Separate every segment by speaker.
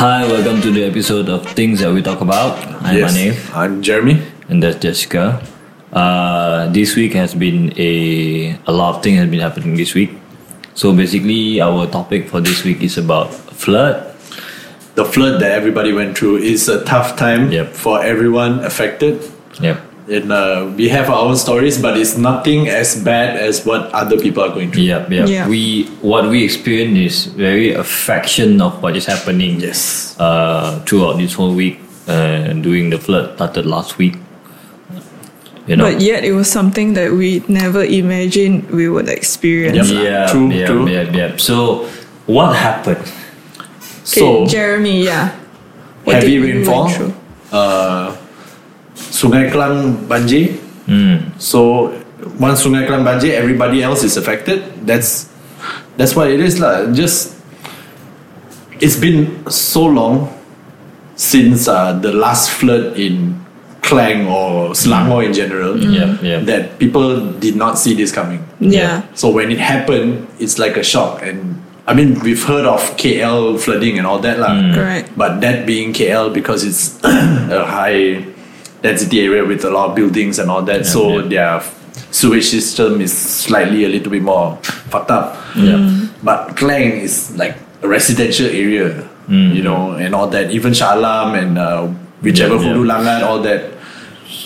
Speaker 1: Hi, welcome to the episode of Things That We Talk About. I'm
Speaker 2: Yes.
Speaker 1: Hanif,
Speaker 2: I'm Jeremy.
Speaker 1: and that's Jessica. Uh, this week has been a a lot of things has been happening this week. So basically, our topic for this week is about flood.
Speaker 2: The flood that everybody went through is a tough time
Speaker 1: Yep.
Speaker 2: for everyone affected.
Speaker 1: Yep.
Speaker 2: And uh, we have our own stories, but it's nothing as bad as what other people are going through.
Speaker 1: Yep, yep.
Speaker 3: Yeah.
Speaker 1: We what we experience is very a fraction of what is happening.
Speaker 2: Yes.
Speaker 1: Uh, throughout this whole week, uh, during the flood started last week. You know.
Speaker 3: But yet, it was something that we never imagined we would
Speaker 2: Yep.
Speaker 3: experience.
Speaker 1: Yeah,
Speaker 2: True,
Speaker 1: yeah,
Speaker 2: true.
Speaker 1: yeah, yeah. So, what happened?
Speaker 3: Okay,
Speaker 2: So,
Speaker 3: Jeremy, yeah.
Speaker 2: heavy
Speaker 3: did you
Speaker 2: rainfall.
Speaker 3: went through?
Speaker 2: Uh, Sungai Klang banjir.
Speaker 1: Hmm.
Speaker 2: So once Sungai Klang banjir, everybody else is affected. That's that's what it is lah. Just it's been so long since uh, the last flood in Klang or Selangor in general
Speaker 1: Mm. Yeah, yeah.
Speaker 2: that people did not see this coming.
Speaker 3: Yeah.
Speaker 2: So when it happened, it's like a shock. And I mean, we've heard of KL flooding and all that, lah.
Speaker 1: Mm.
Speaker 3: Correct.
Speaker 2: But that being KL, because it's a high density area with a lot of buildings and all that, so
Speaker 1: yeah.
Speaker 2: their sewage system is slightly a little bit more fucked up.
Speaker 1: Yeah.
Speaker 2: But Klang is like a residential area,
Speaker 1: Mm.
Speaker 2: you know, and all that. Even Shalam and uh, whichever
Speaker 1: Yeah, yeah.
Speaker 2: Hulu Langan, all that.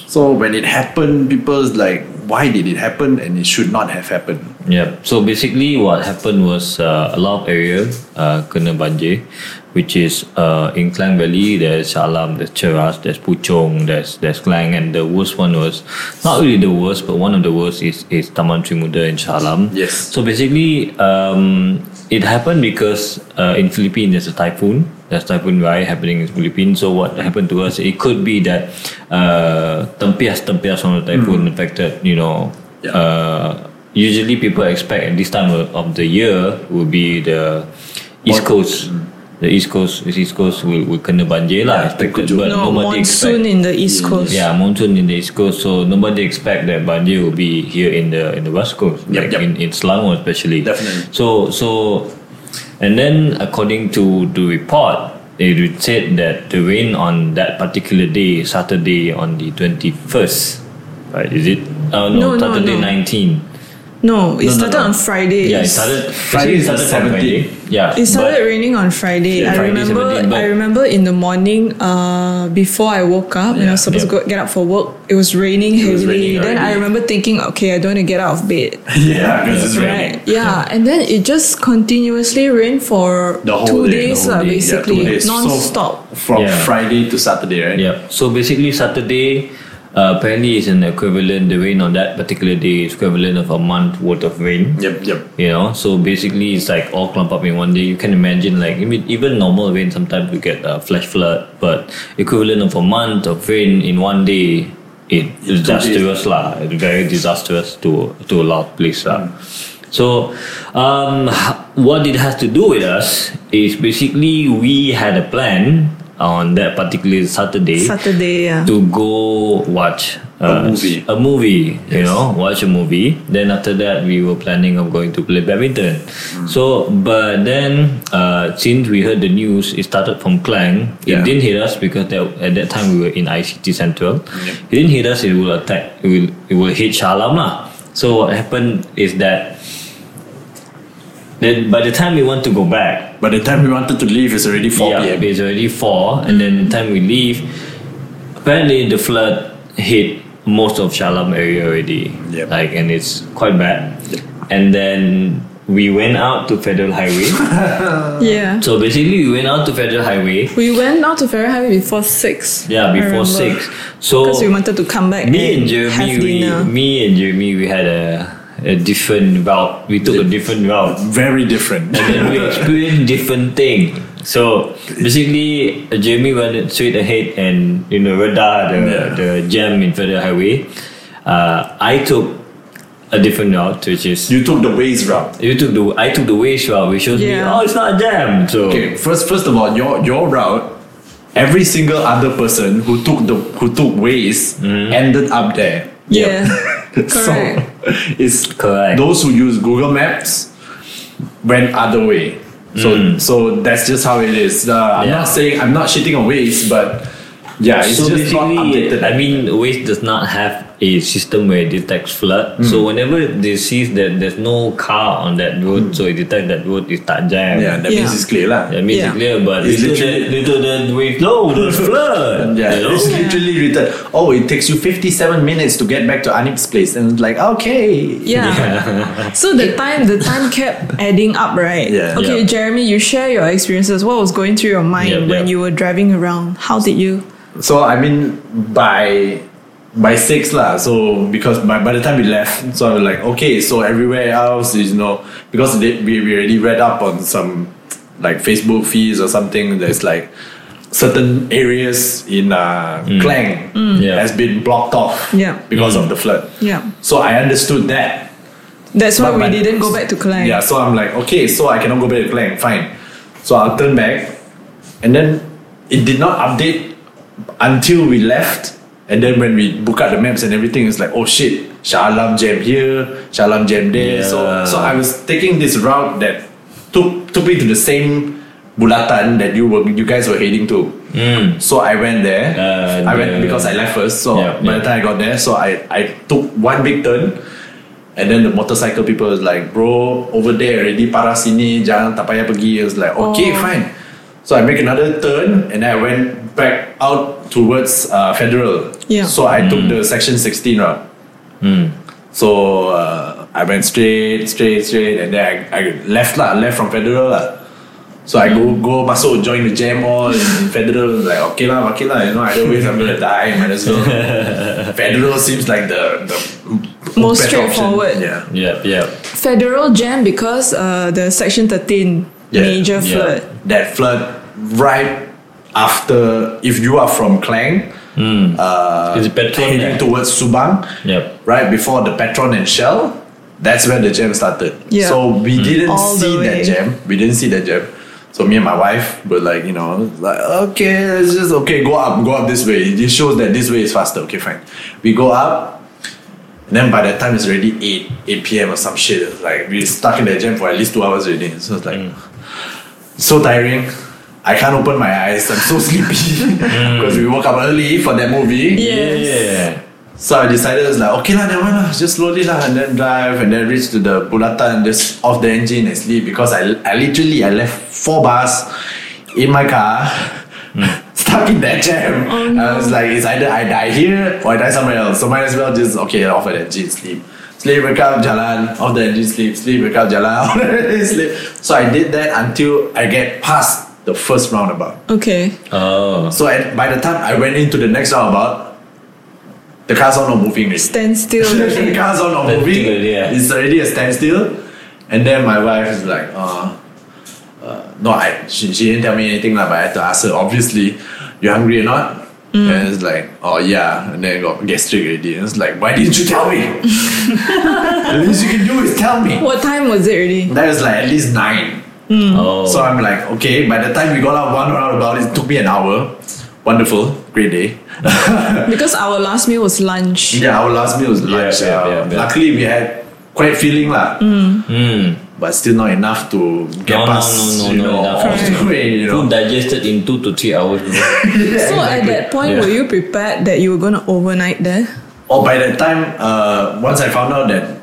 Speaker 2: So when it happened, people's like, why did it happen? And it should not have happened.
Speaker 1: Yeah. So basically, what happened was uh, a lot of area uh, kena banjir, which is uh, in Klang Valley. There's Salam, there's Cheras, there's Puchong, there's there's Klang, and the worst one was not really the worst, but one of the worst is is Taman Sri Muda in Salam.
Speaker 2: Yes.
Speaker 1: So basically, um, it happened because uh, in Philippines there's a typhoon. There's typhoon Rai happening in Philippines. So what happened to us? It could be that uh, tempias tempias from the typhoon affected. You know.
Speaker 2: Yeah.
Speaker 1: Uh, usually people expect at this time of, of the year will be the East Coast. The East Coast, the East Coast will, will kena banjir lah.
Speaker 2: Yeah,
Speaker 1: expected,
Speaker 2: terkejut.
Speaker 1: but
Speaker 3: No,
Speaker 1: nobody expect.
Speaker 3: monsoon in the East Coast.
Speaker 1: Yeah, monsoon in the East Coast, so nobody expect that banjir will be here in the in the West Coast,
Speaker 2: Yep,
Speaker 1: like
Speaker 2: yep.
Speaker 1: in in Selangor especially.
Speaker 2: Definitely.
Speaker 1: So so, and then according to the report, it would said that the rain on that particular day, Saturday on the twenty first, right? Is it? Uh, no,
Speaker 3: No, no,
Speaker 1: Saturday
Speaker 3: no.
Speaker 1: nineteen.
Speaker 3: No,
Speaker 2: No,
Speaker 3: it
Speaker 2: no,
Speaker 3: started
Speaker 2: no.
Speaker 3: on Friday.
Speaker 1: Yeah, it started.
Speaker 2: Friday is
Speaker 1: it started from
Speaker 2: 17.
Speaker 1: Friday. Yeah,
Speaker 3: It started
Speaker 1: but-
Speaker 3: raining on Friday.
Speaker 1: Yeah,
Speaker 3: I
Speaker 1: Friday,
Speaker 3: remember.
Speaker 1: 17, but-
Speaker 3: I remember in the morning, uh, before I woke up, and I
Speaker 1: Yeah,
Speaker 3: was supposed
Speaker 1: yeah.
Speaker 3: to go, get up for work. It was raining
Speaker 2: was
Speaker 3: heavily.
Speaker 2: raining
Speaker 3: then I
Speaker 2: already.
Speaker 3: remember thinking, okay, I don't want to get out of bed.
Speaker 2: yeah, because it's
Speaker 3: Right. Yeah, and then it just continuously rained for
Speaker 2: The whole
Speaker 3: two
Speaker 2: day, the
Speaker 3: days,
Speaker 2: whole
Speaker 3: lah,
Speaker 1: day. Yeah, two
Speaker 3: basically,
Speaker 2: days. So-
Speaker 3: non-stop.
Speaker 2: from
Speaker 1: Yeah.
Speaker 2: Friday to Saturday, right?
Speaker 1: Yeah. So basically, Saturday uh, apparently is an equivalent. The rain on that particular day is equivalent of a month worth of rain.
Speaker 2: Yep, yep.
Speaker 1: You know, so basically it's like all clumped up in one day. You can imagine, like I mean, even normal rain sometimes we get a flash flood, but equivalent of a month of rain in one day, it is
Speaker 2: two days.
Speaker 1: disastrous lah. It's very disastrous to to a lot of places
Speaker 2: Mm.
Speaker 1: lah. So, um, h- what it has to do with us is basically we had a plan on that particular Saturday
Speaker 3: Saturday, yeah.
Speaker 1: to go watch uh,
Speaker 2: movie.
Speaker 1: A movie, you know, watch a movie. Then after that, we were planning of going to play badminton.
Speaker 2: Mm.
Speaker 1: So, but then uh, since we heard the news, it started from Klang. It
Speaker 2: Yeah.
Speaker 1: didn't hit us because that, at that time we were in ICT Central. It didn't hit us. It will attack. It will it will hit Shalam lah. So what happened is that. Then by the time we want to go back,
Speaker 2: By the time we wanted to leave, it's already 4
Speaker 1: yeah,
Speaker 2: p.m.
Speaker 1: It's already four, and then the
Speaker 3: Mm-hmm.
Speaker 1: time we leave, apparently the flood hit most of Shalam area already.
Speaker 2: Yep.
Speaker 1: Like, and it's quite bad. And then we went out to Federal Highway.
Speaker 3: yeah.
Speaker 1: so basically, we went out to Federal Highway.
Speaker 3: We went out to Ferry Highway before six.
Speaker 1: Yeah, before six. So
Speaker 3: Because we wanted to come back
Speaker 1: me
Speaker 3: and,
Speaker 1: and
Speaker 3: have
Speaker 1: Jeremy, we,
Speaker 3: dinner.
Speaker 1: me and Jeremy, we had a, a different route. We took a different route.
Speaker 2: Very different.
Speaker 1: and then we experience different thing. So basically, uh, Jamie went straight ahead and you know radar the
Speaker 2: Yeah.
Speaker 1: the jam in Federal Highway. Uh, I took a different route, which is you,
Speaker 2: You took the ways route.
Speaker 1: took the I took the waste route, which shows me
Speaker 3: Yeah.
Speaker 1: oh it's not a jam. So
Speaker 2: Okay, first first of all, your your route, every single other person who took the who took ways
Speaker 1: Mm-hmm.
Speaker 2: ended up there.
Speaker 3: yeah.
Speaker 2: so
Speaker 3: Correct.
Speaker 2: it's
Speaker 1: Correct.
Speaker 2: those who use Google Maps went other way. So so that's just how it is. Uh, I'm
Speaker 1: Yeah.
Speaker 2: not saying I'm not shitting on ways, but yeah, it's
Speaker 1: so
Speaker 2: just not
Speaker 1: basically,
Speaker 2: updated.
Speaker 1: I mean, Waste does not have a system where it detects flood.
Speaker 2: Hmm.
Speaker 1: So whenever they sees that there's no car on that road, so it detects that road is tak jam.
Speaker 2: Hmm. yeah, that means
Speaker 3: Yeah.
Speaker 2: it's clear lah.
Speaker 1: That means
Speaker 3: Yeah.
Speaker 1: it's clear, but
Speaker 2: It's
Speaker 1: little
Speaker 2: literally-
Speaker 1: that, little that wave, no, there's flood.
Speaker 2: Yeah,
Speaker 1: you know?
Speaker 2: it's literally written. Oh, it takes you 57 minutes to get back to Anip's place, and it's like okay.
Speaker 3: Yeah. so the time the time kept adding up, right?
Speaker 2: Yeah.
Speaker 3: Okay,
Speaker 1: Yeah.
Speaker 3: Jeremy, you share your experiences. What was going through your mind
Speaker 1: Yep,
Speaker 3: when
Speaker 1: yep.
Speaker 3: you were driving around? How did you?
Speaker 2: So I mean, by by six lah. So because by, by the time we left, so I was like, okay. So everywhere else is you know because they, we we already read up on some like Facebook feeds or something. There's like certain areas in uh, Klang
Speaker 1: Yeah.
Speaker 2: has been blocked off
Speaker 3: Yeah.
Speaker 2: because
Speaker 1: Mm.
Speaker 2: of the flood.
Speaker 3: Yeah.
Speaker 2: So I understood that.
Speaker 3: That's why
Speaker 2: But
Speaker 3: we
Speaker 2: my-
Speaker 3: didn't go back to Klang.
Speaker 2: Yeah, so I'm like, okay, so I cannot go back to Klang, fine. So I'll turn back. And then it did not update until we left. And then when we book out the maps and everything, it's like, oh shit, Shalam jam here, Shalam jam there. So
Speaker 1: Yeah.
Speaker 2: so I was taking this route that took took me to the same bulatan that you were you guys were heading to.
Speaker 1: Hmm.
Speaker 2: So I went there.
Speaker 1: Uh,
Speaker 2: I went
Speaker 1: the-
Speaker 2: because I left first. So
Speaker 1: Yeah,
Speaker 2: by
Speaker 1: yeah.
Speaker 2: the time I got there, so I, I took one big turn. And then the motorcycle people was like, bro, over there already, parah sini, jangan tak payah pergi. I was like, okay,
Speaker 3: Oh.
Speaker 2: fine. So I make another turn and I went back out towards uh, Federal.
Speaker 3: Yeah.
Speaker 2: So I
Speaker 1: Hmm.
Speaker 2: took the section 16 route. So uh, I went straight, straight, straight, and then I, I left lah, left from Federal lah. So I go go masuk join the jam all in
Speaker 3: Mm-hmm.
Speaker 2: Federal like okay lah, okay lah, you know either ways I'm gonna die, might as well. Federal seems like the the
Speaker 3: Most
Speaker 2: best option.
Speaker 3: straightforward.
Speaker 2: Yeah.
Speaker 1: Yeah, yeah.
Speaker 3: Federal jam because uh, the Section 13
Speaker 2: Yeah,
Speaker 3: major
Speaker 1: yeah.
Speaker 3: flood.
Speaker 2: That flood right after if you are from Klang, uh,
Speaker 1: It's Petron, eh?
Speaker 2: heading towards Subang,
Speaker 1: Yep.
Speaker 2: right before the Petron and Shell, that's where the jam started.
Speaker 3: Yeah.
Speaker 2: So we didn't
Speaker 3: All the
Speaker 2: see
Speaker 3: way.
Speaker 2: that jam. We didn't see that jam. So me and my wife were like, you know, like okay, let's just okay, go up, go up this way. It shows that this way is faster. Okay, fine. We go up. And then by the time it's already 8, 8 p.m. or some shit, it's like we're stuck in that jam for at least two hours already. So it's like so tiring. I can't open my eyes. I'm so sleepy. Because we woke up early for that movie.
Speaker 1: Yeah.
Speaker 2: So I decided it's like okay lah, then one lah, just slowly lah, and then drive, and then reach to the Bulatan, just off the engine and sleep because I, I literally I left four bars in my car, stuck in that jam. I was like, it's either I die here or I die somewhere else. So might as well just okay, off the engine, sleep, sleep, wake up, jalan, off the engine, sleep, sleep, wake up, jalan, off the engine, sleep. So I did that until I get past the first roundabout.
Speaker 3: Okay.
Speaker 1: Oh.
Speaker 2: So at, by the time I went into the next roundabout, the car's are not moving. already.
Speaker 3: Stand still.
Speaker 2: the car's are not moving.
Speaker 1: Standstill, yeah.
Speaker 2: It's already a standstill. And then my wife is like, uh, uh, no, I, she, she didn't tell me anything, lah, but I had to ask her, obviously, you hungry or not? And it's like, oh yeah. And then I got gastric already. And it's like, why didn't you tell me? the least you can do is tell me.
Speaker 3: what time was it really?
Speaker 2: That was like at least nine.
Speaker 1: Oh.
Speaker 2: So I'm like, okay, by the time we got out one round about it, took me an hour. Wonderful, great day.
Speaker 3: Because our last meal was lunch.
Speaker 2: yeah, our last meal was lunch.
Speaker 1: yeah,
Speaker 2: uh,
Speaker 1: yeah, yeah.
Speaker 2: Luckily, we had quite feeling lah,
Speaker 1: Mm.
Speaker 2: but still not enough to get
Speaker 1: No, no,
Speaker 2: past.
Speaker 1: no, no,
Speaker 2: you
Speaker 1: no,
Speaker 2: know,
Speaker 1: enough.
Speaker 2: all the way, you know.
Speaker 1: Food digested in two to three hours. bro.
Speaker 3: So at that point,
Speaker 1: Yeah.
Speaker 3: were you prepared that you were going to overnight there?
Speaker 2: Or by the time, uh, once I found out that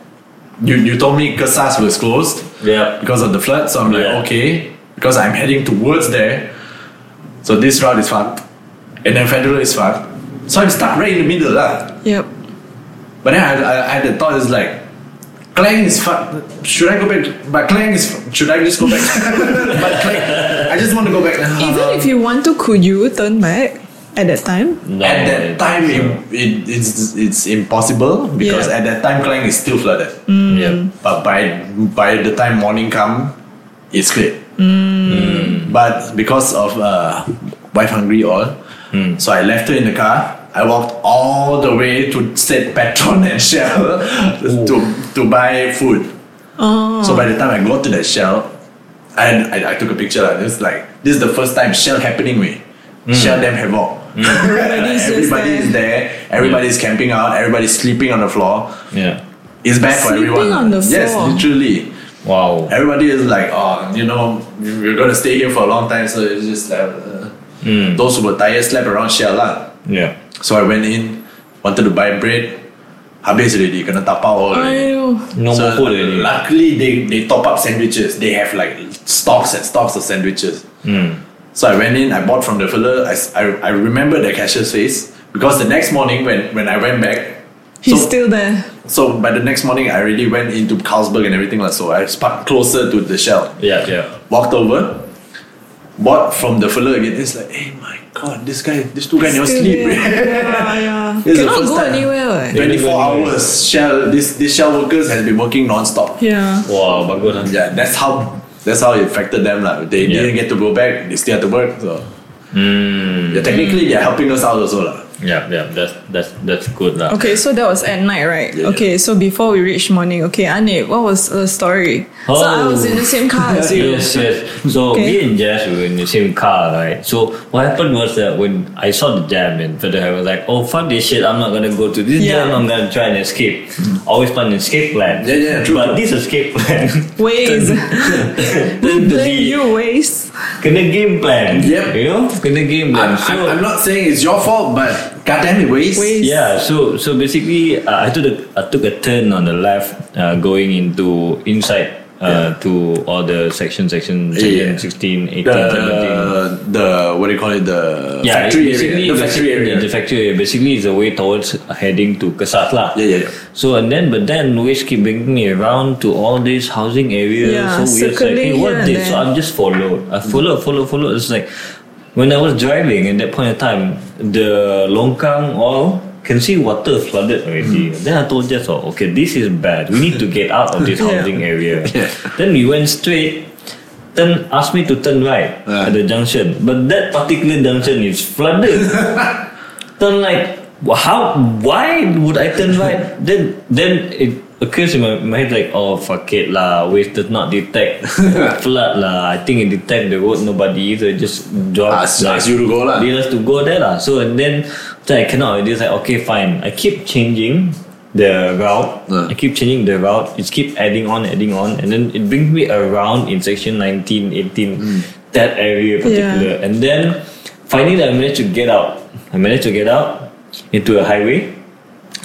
Speaker 2: you you told me Kesas was closed
Speaker 1: Yeah.
Speaker 2: because of the flood, so I'm like,
Speaker 1: Yeah.
Speaker 2: okay, because I'm heading towards there, so this route is fucked, and then Federal is fucked, so I'm stuck right in the middle lah.
Speaker 3: Yep.
Speaker 2: But then I, I, I had the thought is like, Clang is fun. Should I go back? But Clang is. Fu- should I just go back? but Clang, I just want to go back. Um,
Speaker 3: Even if you want to, could you turn back at that time?
Speaker 1: No,
Speaker 2: at that time, it, it, it's it's impossible because
Speaker 3: Yeah.
Speaker 2: at that time Clang is still flooded.
Speaker 1: Yeah.
Speaker 2: But by by the time morning come, it's clear. But because of uh, wife hungry all, so I left her in the car. I walked all the way to said Patron and Shell to to buy food.
Speaker 3: Oh.
Speaker 2: So by the time I got to that Shell, I, I, I took a picture. And it's like this is the first time Shell happening way. Shell them havoc.
Speaker 3: Everybody's just
Speaker 2: Hmm. Everybody is there. Hmm. Everybody's camping out. Everybody's sleeping on the floor.
Speaker 1: Yeah.
Speaker 2: It's bad for
Speaker 3: Sleeping
Speaker 2: everyone.
Speaker 3: on the
Speaker 2: Yes,
Speaker 3: floor.
Speaker 2: literally.
Speaker 1: Wow.
Speaker 2: Everybody is like, oh, you know, we're gonna stay here for a long time, so it's just like uh,
Speaker 1: Mm.
Speaker 2: those who were tired slept around shell lah.
Speaker 1: Yeah.
Speaker 2: So I went in, wanted to buy bread, habis already, kena tapau all already.
Speaker 3: Ayo.
Speaker 1: No
Speaker 2: so
Speaker 1: more food already.
Speaker 2: luckily they, they top up sandwiches. They have like stocks and stocks of sandwiches.
Speaker 1: Mm.
Speaker 2: So I went in, I bought from the fella. I, s- I- I remember the cashier's face because the next morning when, when I went back,
Speaker 3: He's
Speaker 2: so,
Speaker 3: still there.
Speaker 2: so by the next morning I already went into Carlsberg and everything like so. I parked closer to the shell,
Speaker 1: Yeah, yeah.
Speaker 2: walked over, bought from the fella again. It's like, hey my god, this guy, this two guy never
Speaker 3: Still
Speaker 2: sleep.
Speaker 3: there. yeah, yeah.
Speaker 2: This is the
Speaker 3: Cannot
Speaker 2: first
Speaker 3: go
Speaker 2: time.
Speaker 3: anywhere. what.
Speaker 1: Yeah.
Speaker 2: Twenty four hours. Shell this this shell workers has been working non-stop.
Speaker 3: Yeah.
Speaker 1: Wow, bagus lah.
Speaker 2: Yeah, that's how that's how it affected them like. They
Speaker 1: Yeah.
Speaker 2: didn't get to go back. They still had to work. So
Speaker 1: Mm.
Speaker 2: yeah, technically they're helping us out also lah.
Speaker 1: Yeah, yeah. That's that's that's good lah.
Speaker 3: Okay, so that was at night, right?
Speaker 2: Yeah.
Speaker 3: Okay, so before we reached morning, okay, Anik, what was the story? So I was
Speaker 1: Oh.
Speaker 3: in the same car as you.
Speaker 1: Yes, yes. So
Speaker 3: Okay.
Speaker 1: me and Jess were in the same car, right? So what happened was that when I saw the jam and further, I was like, "Oh fuck this shit! I'm not gonna go to this
Speaker 3: Yeah.
Speaker 1: jam. I'm gonna try and escape." Always plan an escape plan.
Speaker 2: Mm. Yeah, yeah, true,
Speaker 1: But
Speaker 2: true.
Speaker 1: this escape plan
Speaker 3: Waze.
Speaker 1: turned to
Speaker 3: Blame
Speaker 1: be
Speaker 3: you, Waze.
Speaker 1: kena game plan.
Speaker 2: Yep.
Speaker 1: You know, kena game plan.
Speaker 2: I'm,
Speaker 1: so,
Speaker 2: I'm, I'm not saying it's your fault, but goddamn it, waste.
Speaker 3: Waze.
Speaker 1: Yeah, so so basically, uh, I took a, I took a turn on the left, uh, going into inside uh, to all the section, section, section
Speaker 2: Yeah.
Speaker 1: 16, 18, 17.
Speaker 2: The, the what do you call it? The
Speaker 1: Yeah,
Speaker 2: factory
Speaker 1: basically,
Speaker 2: area. The factory area.
Speaker 1: The factory area. Basically, it's a way towards heading to Kesat lah.
Speaker 2: Yeah, yeah, yeah.
Speaker 1: So and then, but then Wish keep bringing me around to all these housing areas.
Speaker 3: Yeah,
Speaker 1: so weird. It's like,
Speaker 3: circling
Speaker 1: hey,
Speaker 3: here
Speaker 1: what
Speaker 3: and
Speaker 1: this? So
Speaker 3: there.
Speaker 1: I'm just followed. I followed, followed, followed. It's like when I was driving at that point of time, the Longkang all can see water flooded already.
Speaker 3: Hmm.
Speaker 1: Then I told Jess, oh, okay, this is bad. We need to get out of this
Speaker 3: Yeah.
Speaker 1: housing area.
Speaker 2: Yeah.
Speaker 1: Then we went straight. Turn, asked me to turn right
Speaker 2: Ah.
Speaker 1: at the junction, but that particular junction is flooded. Turn like wh- how why would I turn right then then it occurs in my, my head like oh fuck it lah waste does not detect flood lah I think it detect the road nobody so it just drops
Speaker 2: Ask- ask you to go lah.
Speaker 1: they just to go there lah so and then so I cannot it is like okay fine I keep changing the route
Speaker 2: Uh.
Speaker 1: I keep changing the route it's keep adding on adding on and then it brings me around in section 19 18
Speaker 2: Hmm.
Speaker 1: that area particular and then finally I managed to get out. I managed to get out into a highway.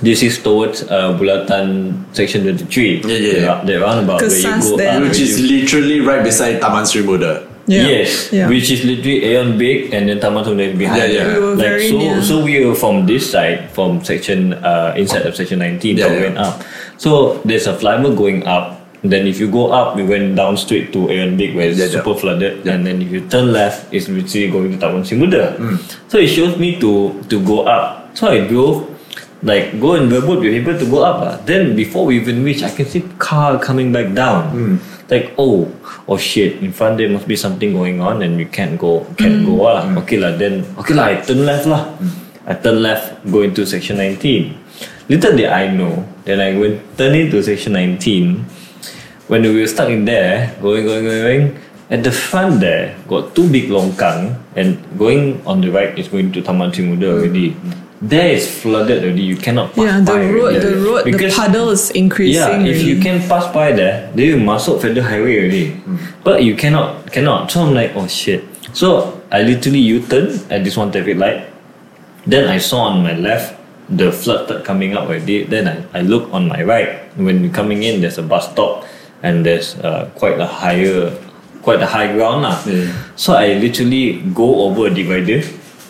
Speaker 1: This is towards uh, Bulatan section 23.
Speaker 2: Yeah, yeah, yeah.
Speaker 1: The, the roundabout where you
Speaker 3: Kesas
Speaker 1: go.
Speaker 3: there.
Speaker 1: up.
Speaker 2: Which is literally right beside Taman Sri Muda.
Speaker 3: Yeah.
Speaker 1: Yes,
Speaker 3: Yeah.
Speaker 1: which is literally Aeon Big and then Taman Sungai behind.
Speaker 2: Yeah, yeah.
Speaker 3: We were
Speaker 1: like
Speaker 3: very
Speaker 1: so,
Speaker 3: near.
Speaker 1: so we were from this side, from section uh, inside of section 19, so
Speaker 2: Yeah,
Speaker 1: we
Speaker 2: yeah.
Speaker 1: went up. So there's a flyover going up. Then if you go up, we went down straight to Aeon Big where it's
Speaker 2: Yeah, yeah.
Speaker 1: super flooded. And then if you turn left, it's literally going to Taman Simuda. So it shows me to to go up. So I drove, like go and verbal with people to go up. ah. Then before we even reach, I can see car coming back down. Like oh oh shit! In front there must be something going on, and we can't go can't go ah. Okay lah. Then okay lah. I turn left lah. I turn left, go into section nineteen. Little did I know, then I went turn into section nineteen when we were stuck in there, going, going, going, going, at the front there got two big longkang, and going on the right is going to Taman Timuda already. There is flooded already. You cannot pass
Speaker 3: Yeah, the
Speaker 1: by
Speaker 3: road,
Speaker 1: already.
Speaker 3: the road, the
Speaker 1: Because-
Speaker 3: puddle is increasing.
Speaker 1: yeah, if
Speaker 3: already.
Speaker 1: you can pass by there, they will masuk federal highway already. But you cannot, cannot. So I'm like, oh shit. So I literally U-turn at this one traffic light. Then I saw on my left the flood start coming up already. Then I, I look on my right. When you're coming in, there's a bus stop and there's uh, quite a higher, quite a high ground lah.
Speaker 2: Yeah.
Speaker 1: So I literally go over a divider,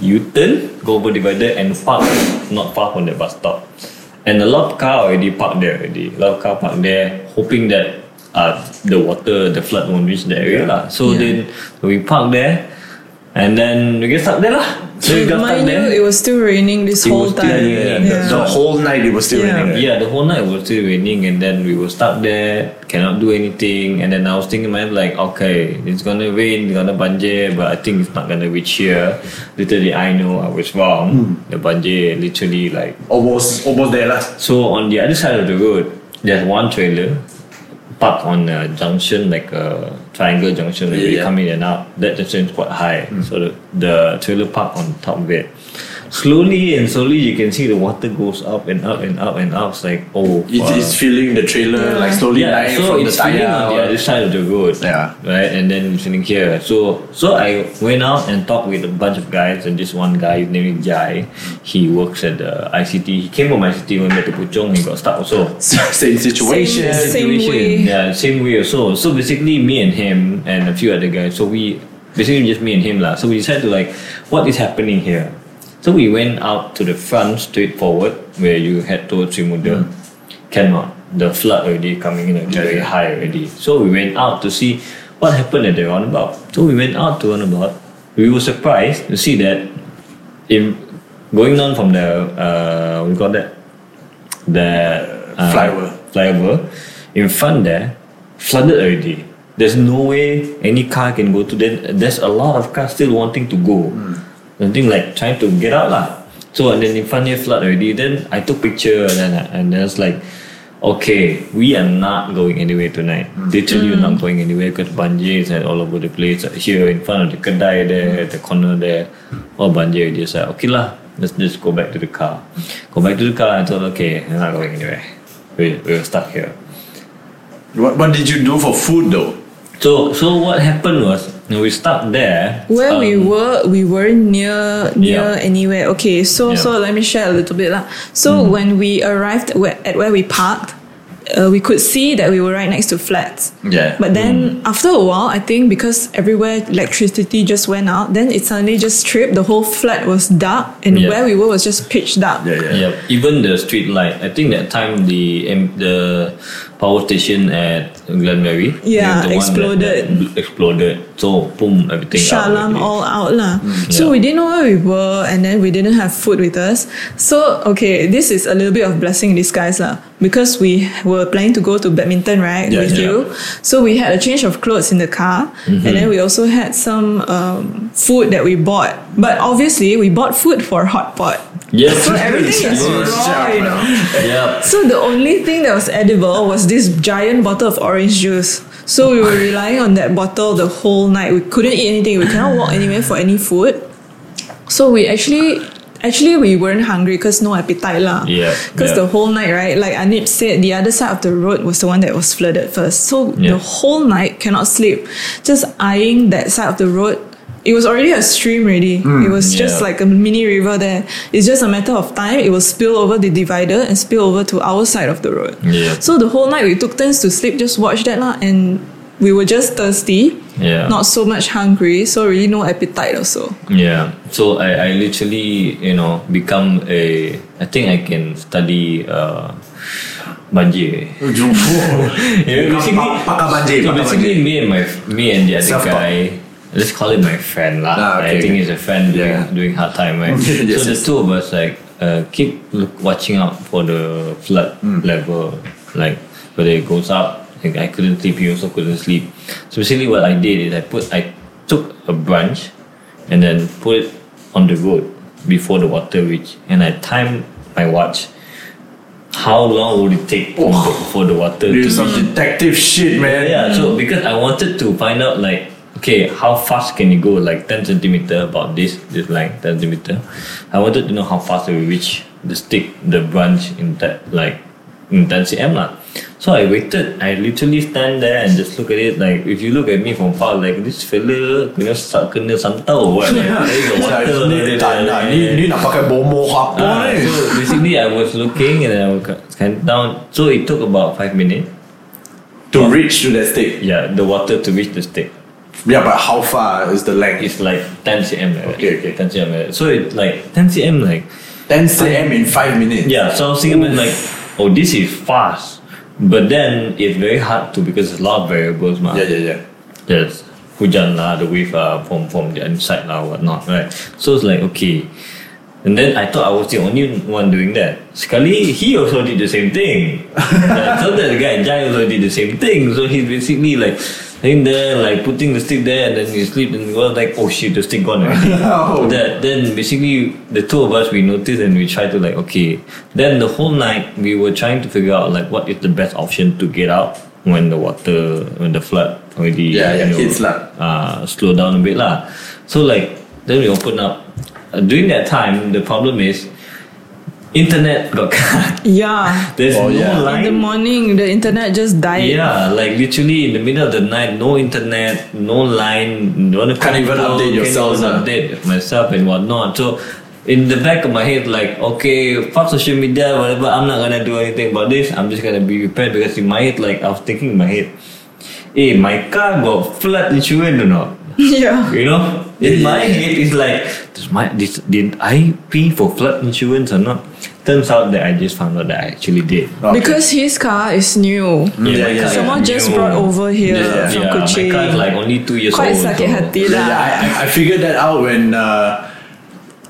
Speaker 1: U-turn, go over divider and park not far from the bus stop. And a lot of car already parked there already. A lot of car parked there, hoping that uh, the water, the flood won't reach the area lah. So
Speaker 3: Yeah.
Speaker 1: then we park there, and then we get stuck there lah. So we got stuck
Speaker 3: Mind you,
Speaker 1: there.
Speaker 3: it was still raining this
Speaker 1: It
Speaker 3: whole
Speaker 1: was still
Speaker 3: time.
Speaker 1: raining.
Speaker 3: Yeah.
Speaker 2: The, the whole night it was still
Speaker 3: Yeah.
Speaker 2: raining.
Speaker 1: Yeah, the whole night was still raining, and then we were stuck there, cannot do anything. And then I was thinking, man, like, okay, it's gonna rain, it's gonna banjir, but I think it's not gonna reach here. Little did I know, I was wrong. The banjir literally like
Speaker 2: Almost almost there lah.
Speaker 1: so on the other side of the road, there's one trailer parked on a junction, like a triangle junction where
Speaker 2: Yeah, Mm.
Speaker 1: you
Speaker 2: yeah.
Speaker 1: come in and out. That junction is quite high. So the, the trailer parked on top of it. slowly and slowly you can see the water goes up and up and up and up. It's like oh,
Speaker 2: It,
Speaker 1: wow.
Speaker 2: It's feeling the trailer like slowly
Speaker 1: yeah.
Speaker 2: lying
Speaker 1: So
Speaker 2: from the
Speaker 1: it's feeling
Speaker 2: tire.
Speaker 1: on the
Speaker 2: or-
Speaker 1: other side of the road.
Speaker 2: Yeah.
Speaker 1: Right, and then it's in here. So so I went out and talked with a bunch of guys, and this one guy, his name is Jai. He works at the ICT. He came from ICT when we to Puchong. He got stuck also.
Speaker 2: Same situation.
Speaker 3: Same- way.
Speaker 1: Yeah, same way also. So basically, me and him and a few other guys. So we basically just me and him lah. So we decided to like, what is happening here? So we went out to the front straight forward where you head towards Simuda. Cannot. The flood already coming in already,
Speaker 2: Mm. Yeah,
Speaker 1: very
Speaker 2: yeah.
Speaker 1: high already. So we went out to see what happened at the roundabout. So we went out to roundabout. We were surprised to see that in going on from the uh, we got that the uh,
Speaker 2: Flyover.
Speaker 1: flyover in front there flooded already. There's no way any car can go to. Then there's a lot of cars still wanting to go, wanting like trying to get out lah. So and then in front here flood already. Then I took picture and then I- and there's like. Okay, we are not going anywhere tonight. Literally, we're not going anywhere because banjir is like all over the place. Like Here in front of the Kedai there, at the corner there, all banjir. Just like, okay lah, let's just go back to the car. Go back to the car. I thought, okay, we're not going anywhere. We, we were stuck here.
Speaker 2: What, what did you do for food though?
Speaker 1: So so what happened was when we stuck there.
Speaker 3: Where
Speaker 1: um,
Speaker 3: we were, we weren't near near
Speaker 1: Yeah.
Speaker 3: anywhere. Okay,
Speaker 1: Yeah.
Speaker 3: so
Speaker 1: Mm.
Speaker 3: so let me share a little bit lah. So when we arrived at where, at where we parked, uh, we could see that we were right next to flats.
Speaker 2: Yeah.
Speaker 3: But then after a while, I think because everywhere electricity just went out, then it suddenly just tripped. The whole flat was dark, and
Speaker 1: Yeah.
Speaker 3: where we were was just pitch dark.
Speaker 2: yeah, yeah.
Speaker 1: Yeah. even the street light. I think that time the um, the power station at Glenmary.
Speaker 3: Yeah,
Speaker 1: the one that-
Speaker 3: exploded.
Speaker 1: that bl- exploded. So boom, everything. out
Speaker 3: Shalam
Speaker 1: already.
Speaker 3: all out lah.
Speaker 1: yeah.
Speaker 3: So we didn't know where we were, and then we didn't have food with us. So okay, this is a little bit of blessing in disguise lah, because we were planning to go to badminton right
Speaker 2: Yeah,
Speaker 3: with
Speaker 2: yeah.
Speaker 3: you. So we had a change of clothes in the car,
Speaker 1: Mm-hmm.
Speaker 3: and then we also had some um, food that we bought. But obviously, we bought food for hot pot.
Speaker 1: Yes.
Speaker 3: So everything is
Speaker 2: Yes.
Speaker 3: raw, you know.
Speaker 1: Yeah.
Speaker 3: So the only thing that was edible was this giant bottle of orange juice. So we were relying on that bottle the whole night. We couldn't eat anything. We cannot walk anywhere for any food. So we actually actually we weren't hungry because no appetite lah.
Speaker 1: Yeah,
Speaker 3: Because
Speaker 1: yeah.
Speaker 3: the whole night, right? Like Anip said, the other side of the road was the one that was flooded first. So
Speaker 1: Yeah.
Speaker 3: the whole night cannot sleep. Just eyeing that side of the road. It was already a stream already. it was just
Speaker 1: Hmm, yeah.
Speaker 3: like a mini river there. It's just a matter of time. It will spill over the divider and spill over to our side of the road.
Speaker 1: Yeah.
Speaker 3: So the whole night we took turns to sleep, just watch that lah, and we were just thirsty.
Speaker 1: Yeah.
Speaker 3: Not so much hungry, so really no appetite also.
Speaker 1: Yeah. So I, I literally, you know, become a I think I can study uh banjir. yeah, basically,
Speaker 2: Pa- pakar banjir,
Speaker 1: so
Speaker 2: pakar
Speaker 1: basically me and my me and the other
Speaker 2: Self-taught.
Speaker 1: guy let's call it my friend lah.
Speaker 2: Ah,
Speaker 1: I
Speaker 2: okay,
Speaker 1: think
Speaker 2: okay.
Speaker 1: he's a friend doing,
Speaker 2: Yeah.
Speaker 1: doing hard time, right?
Speaker 2: Yes,
Speaker 1: so the
Speaker 2: yes.
Speaker 1: two of us like uh, keep look, watching out for the flood
Speaker 2: Hmm.
Speaker 1: level, like whether it goes up. And I couldn't sleep. He also couldn't sleep. So basically, what I did is I put I took a branch, and then put it on the road before the water reach, and I timed my watch. How long would it take for,
Speaker 2: Oh.
Speaker 1: the, for the water
Speaker 2: Do
Speaker 1: to
Speaker 2: some detective shit, man.
Speaker 1: yeah, so because I wanted to find out like okay, how fast can you go? Like ten centimeter about this, this like ten centimeter. I wanted to know how fast we reach the stick, the branch in that like in ten cm lah. So I waited. I literally stand there and just look at it. Like if you look at me from far, like this fella kena sa- kena santau or what? Like, there you go,
Speaker 2: It's like,
Speaker 1: water.
Speaker 2: ni tak nak, ni, ni nak pakai bomo apa eh?
Speaker 1: Ah,
Speaker 2: ni.
Speaker 1: so basically, I was looking and I was kind down. So it took about five minutes.
Speaker 2: To reach to that stick.
Speaker 1: Yeah, the water to reach the stick.
Speaker 2: Yeah, but how far is the length?
Speaker 1: It's like 10 cm. Like that.
Speaker 2: Okay, okay.
Speaker 1: 10 cm. like that. So it like 10 cm like
Speaker 2: 10 cm in 5 minutes.
Speaker 1: yeah. So I was thinking about like oh this is fast, but then it's very hard to because there's a lot of variables, man.
Speaker 2: Yeah, yeah, yeah.
Speaker 1: Yes, hujan lah, the wave uh, from from the inside lah, whatnot, right? So it's like okay, and then I thought I was the only one doing that. Sekali he also did the same thing. yeah, so that guy Jai also did the same thing. So he's basically like in there, like putting the stick there, and then he sleep and go like oh shit, the stick gone. already.
Speaker 2: Oh.
Speaker 1: That then basically the two of us we noticed and we tried to like okay. Then the whole night we were trying to figure out like what is the best option to get out when the water when the flood already
Speaker 2: Yeah, yeah,
Speaker 1: you know,
Speaker 2: hits lah.
Speaker 1: uh, slow down a bit lah. So like then we open up. uh, during that time, the problem is internet got cut.
Speaker 3: Yeah.
Speaker 1: There's no
Speaker 2: Oh, yeah. In
Speaker 1: line.
Speaker 3: In the morning, the internet just died.
Speaker 1: Yeah, like literally in the middle of the night, no internet, no line, no
Speaker 2: Can't even update yourself,
Speaker 1: Can't even
Speaker 2: huh?
Speaker 1: update myself and whatnot. So in the back of my head, like okay, fuck social media, whatever. I'm not gonna do anything about this. I'm just gonna be prepared because in my head, like I was thinking in my head, hey, my car got flood insurance or not?
Speaker 3: yeah.
Speaker 1: You know, in my head, it's like, does my, this, did I pay for flood insurance or not? Turns out that I just found out that I actually did.
Speaker 2: Okay.
Speaker 3: Because his car is new.
Speaker 2: Yeah, yeah,
Speaker 3: Someone just brought over here
Speaker 1: yeah,
Speaker 3: from
Speaker 1: yeah,
Speaker 3: Kuching.
Speaker 1: My car's like only two years
Speaker 3: Quite
Speaker 1: old.
Speaker 3: sakit hati
Speaker 2: Yeah,
Speaker 3: lah.
Speaker 2: yeah, I, I- I figured that out when uh,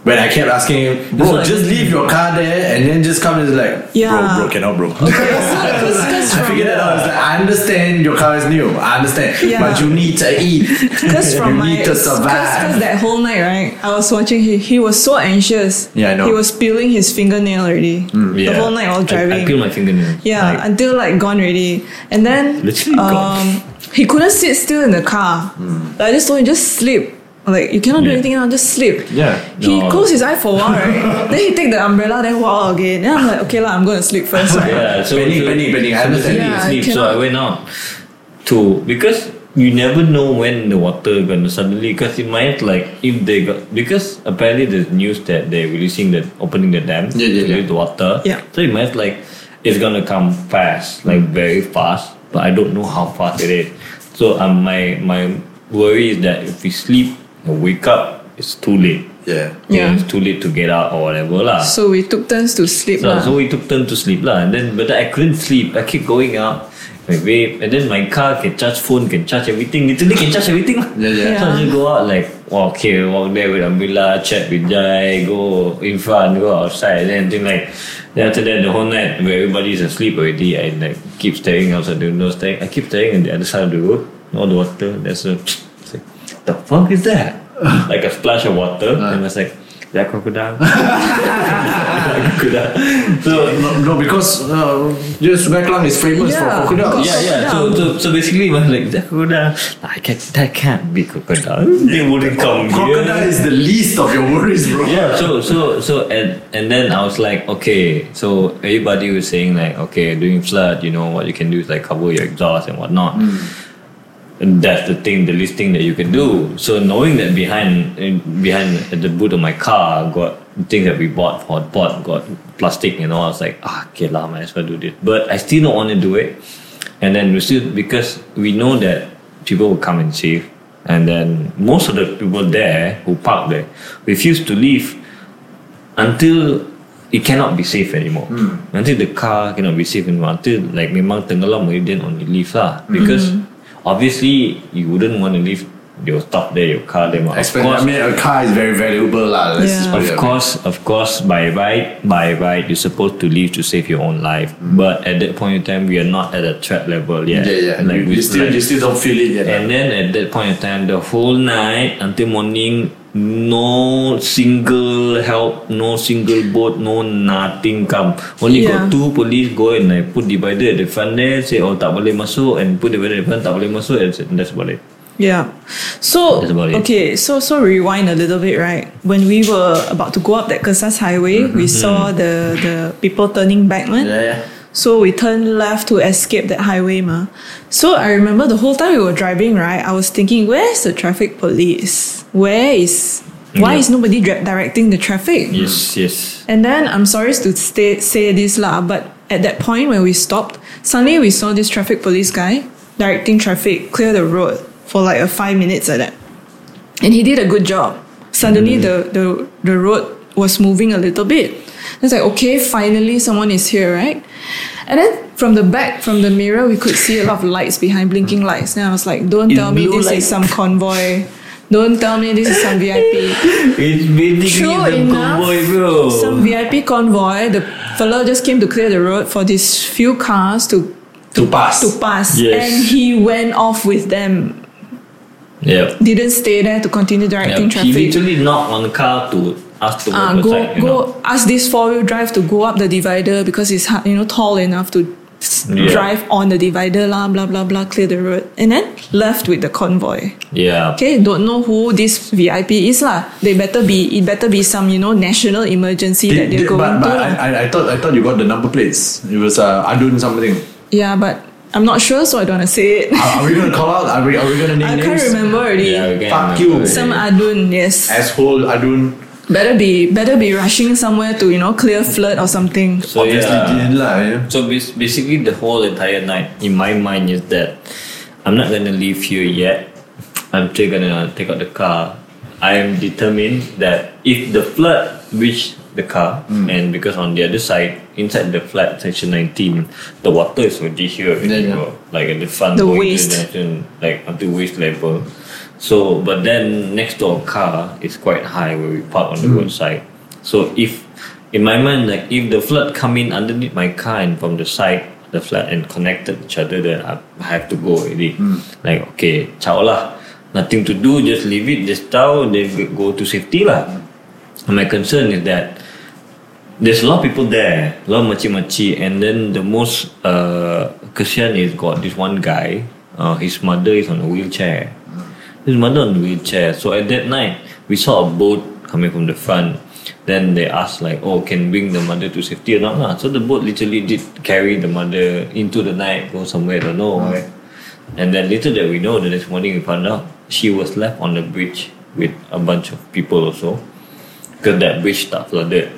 Speaker 2: when I kept asking him, bro,
Speaker 1: It's like-
Speaker 2: just leave your car there and then just come and he's like,
Speaker 3: Yeah.
Speaker 2: bro, bro, cannot, bro.
Speaker 3: Because- because
Speaker 2: I
Speaker 3: from-
Speaker 2: figured that out. I was like, I understand your car is new. I understand,
Speaker 3: Yeah.
Speaker 2: but you need to eat.
Speaker 3: Because
Speaker 2: you
Speaker 3: from my
Speaker 2: need to
Speaker 3: because
Speaker 2: survive.
Speaker 3: that whole night, right? I was watching. He he was so anxious.
Speaker 2: Yeah, I know.
Speaker 3: He was peeling his fingernail already.
Speaker 1: Mm, Yeah.
Speaker 3: The whole night while
Speaker 1: I,
Speaker 3: driving.
Speaker 1: I peel my fingernail.
Speaker 3: yeah,
Speaker 1: Like,
Speaker 3: until like gone already, and then
Speaker 1: Literally gone. Mm.
Speaker 3: um, he couldn't sit still in the car. Like, I just told him just sleep. Like you cannot do
Speaker 1: Yeah.
Speaker 3: anything now, just sleep.
Speaker 2: Yeah.
Speaker 3: He
Speaker 1: No.
Speaker 3: closed his eye for a while, right? then he take the umbrella, then walk out again. Then I'm like, okay lah, I'm gonna sleep first. Right?
Speaker 1: yeah, so so,
Speaker 2: Panic, panic, panic. I
Speaker 1: so
Speaker 2: understand.
Speaker 1: literally
Speaker 3: Yeah, I
Speaker 1: asleep. so
Speaker 3: cannot-
Speaker 1: I went out to because you never know when the water gonna suddenly because it might like if they got because apparently there's news that they're releasing the opening the dam
Speaker 2: Yeah, yeah,
Speaker 1: to
Speaker 2: yeah.
Speaker 1: release the water.
Speaker 3: Yeah.
Speaker 1: So it might like it's gonna come fast, like very fast, but I don't know how fast it is. So um, my my worry is that if we sleep and wake up, it's too late.
Speaker 2: Yeah.
Speaker 3: Yeah.
Speaker 1: It's too late to get out or whatever lah.
Speaker 3: So we took turns to sleep.
Speaker 1: So,
Speaker 3: lah.
Speaker 1: so we took turn to sleep lah. And then, but I couldn't sleep. I keep going out. My babe, and then my car can charge phone, can charge everything. Literally can charge everything. lah.
Speaker 2: Yeah, yeah.
Speaker 3: Yeah.
Speaker 1: So I just go out like, wow, okay, walk there with Amila, chat with Jai, go in front, go outside, and then thing like. Then after that, the whole night where everybody's asleep already, I like keep staring outside the window, staring. I keep staring at the other side of the road, all the water. There's a, it's like, the fuck is that? like a splash of water,
Speaker 2: Uh.
Speaker 1: and I was like, is that crocodile? crocodile. So
Speaker 2: No, no, because uh, yeah, Sungai Klang is famous
Speaker 3: Yeah,
Speaker 2: for crocodiles.
Speaker 3: because-
Speaker 1: yeah, yeah. So, so, so basically, I was like, that crocodile, I can, that can't be crocodile. They wouldn't come
Speaker 2: Crocodile
Speaker 1: here.
Speaker 2: is the least of your worries, bro.
Speaker 1: Yeah. So, so, so, and and then I was like, okay. So everybody was saying like, okay, during flood, you know what you can do is like cover your exhaust and whatnot.
Speaker 2: Mm.
Speaker 1: And that's the thing, the least thing that you can do. So knowing that behind, eh, behind at the boot of my car got things that we bought for bought got plastic, you know. I was like, ah, okay, lah, might as well do this. But I still don't want to do it. And then we still because we know that people will come and save, and then most of the people there who park there refuse to leave until it cannot be safe anymore.
Speaker 2: Hmm.
Speaker 1: Until the car cannot be safe anymore. Until like memang tenggelam then only leave lah.
Speaker 2: Hmm.
Speaker 1: Because obviously you wouldn't want to leave your stuff there, your car there. But Of
Speaker 2: Expen-
Speaker 1: course,
Speaker 2: I mean, a car is very valuable, lah. Let's
Speaker 3: Yeah.
Speaker 2: just put it
Speaker 1: of
Speaker 2: that way.
Speaker 1: course, of course, by right, by right, you're supposed to leave to save your own life. But at that point in time, we are not at a threat level yet.
Speaker 2: Hmm. Yeah, yeah.
Speaker 1: Like
Speaker 2: you,
Speaker 1: we
Speaker 2: you still,
Speaker 1: like-
Speaker 2: you still don't feel it yet.
Speaker 1: and then at that point in time, the whole night until morning, no single help, no single boat, no nothing come. Only
Speaker 3: Yeah.
Speaker 1: got two police go and I put divider at the front there, say oh tak boleh masuk and put divider at the front tak boleh masuk and that's about it.
Speaker 3: Yeah. So
Speaker 1: That's about it.
Speaker 3: okay, so so rewind a little bit, right? When we were about to go up that Kersas Highway, we saw the the people turning back, man.
Speaker 2: yeah, yeah.
Speaker 3: So we turned left to escape that highway, ma. So I remember the whole time we were driving, right? I was thinking, where's the traffic police? Where is? Why
Speaker 1: Yeah.
Speaker 3: is nobody dra- directing the traffic?
Speaker 1: Yes, yes.
Speaker 3: And then I'm sorry to stay, say this lah, but at that point when we stopped, suddenly we saw this traffic police guy directing traffic, clear the road for like a five minutes like that. And he did a good job.
Speaker 1: Mm.
Speaker 3: Suddenly the, the the road was moving a little bit. It's like okay, finally someone is here, right? And then from the back, from the mirror, we could see a lot of lights behind, blinking lights. And I was like, don't
Speaker 1: It's
Speaker 3: tell me
Speaker 1: blue
Speaker 3: this
Speaker 1: light.
Speaker 3: is some convoy. Don't tell me this is some VIP.
Speaker 1: It's basically
Speaker 3: True
Speaker 1: the
Speaker 3: enough,
Speaker 1: convoy, bro.
Speaker 3: some VIP convoy. The fellow just came to clear the road for these few cars to
Speaker 2: To pass.
Speaker 3: to pass,
Speaker 1: Yes.
Speaker 3: and he went off with them.
Speaker 1: yeah.
Speaker 3: Didn't stay there to continue
Speaker 1: yeah.
Speaker 3: directing
Speaker 1: He
Speaker 3: traffic.
Speaker 1: literally knocked on the car to ask to
Speaker 3: Ah,
Speaker 1: move
Speaker 3: go
Speaker 1: aside, you
Speaker 3: go
Speaker 1: know.
Speaker 3: ask this four wheel drive to go up the divider because it's hard, you know tall enough to s-
Speaker 1: Yeah.
Speaker 3: drive on the divider, lah, blah, blah, blah, clear the road. And then left with the convoy.
Speaker 1: Yeah.
Speaker 3: Okay, don't know who this VIP is lah. They better be, it better be some, you know, national emergency that
Speaker 2: Did,
Speaker 3: they're
Speaker 2: did,
Speaker 3: going
Speaker 2: but
Speaker 3: to.
Speaker 2: but
Speaker 3: lah.
Speaker 2: I, I, I thought I thought you got the number plates. It was uh, Adun something.
Speaker 3: yeah, but I'm not sure, so I don't want to say it.
Speaker 2: Are, are we gonna call out? Are we, are we gonna name
Speaker 3: I
Speaker 2: names?
Speaker 3: can't remember already.
Speaker 1: Yeah, we can remember
Speaker 2: Fuck you.
Speaker 1: already.
Speaker 3: Some Adun, yes.
Speaker 2: Asshole Adun.
Speaker 3: Better be better be rushing somewhere to, you know, clear flirt or something.
Speaker 1: So
Speaker 2: Obviously
Speaker 1: yeah.
Speaker 2: didn't lah. eh. Yeah.
Speaker 1: So bas- basically, the whole entire night in my mind is that I'm not gonna leave here yet. I'm still gonna take out the car. I am determined that if the flood reach the car, and because on the other side, inside the flat section 19, the water is already here,
Speaker 2: Yeah,
Speaker 1: you
Speaker 2: yeah.
Speaker 1: know, like at the front,
Speaker 3: The
Speaker 1: going to
Speaker 3: waist.
Speaker 1: junction, like up to waist level. So, but then next to our car is quite high where we park on
Speaker 3: Hmm.
Speaker 1: the roadside. So if, in my mind, like if the flood come in underneath my car and from the side the flood and connected each other, then I I have to go already.
Speaker 3: Hmm.
Speaker 1: Like okay, ciao lah, nothing to do, just leave it, just ciao, then we go to safety lah.
Speaker 3: Hmm.
Speaker 1: And my concern is that there's a lot of people there, a lot of machi-machi, and then the most uh, kesian is got this one guy, uh, his mother is on a wheelchair. His mother on a wheelchair. So at that night, we saw a boat coming from the front. Then they asked like, oh, can bring the mother to safety or not? lah?" So the boat literally did carry the mother into the night, go somewhere, don't know. right? And then little that we know, the next morning we found out, she was left on the bridge with a bunch of people also because that bridge tak flooded.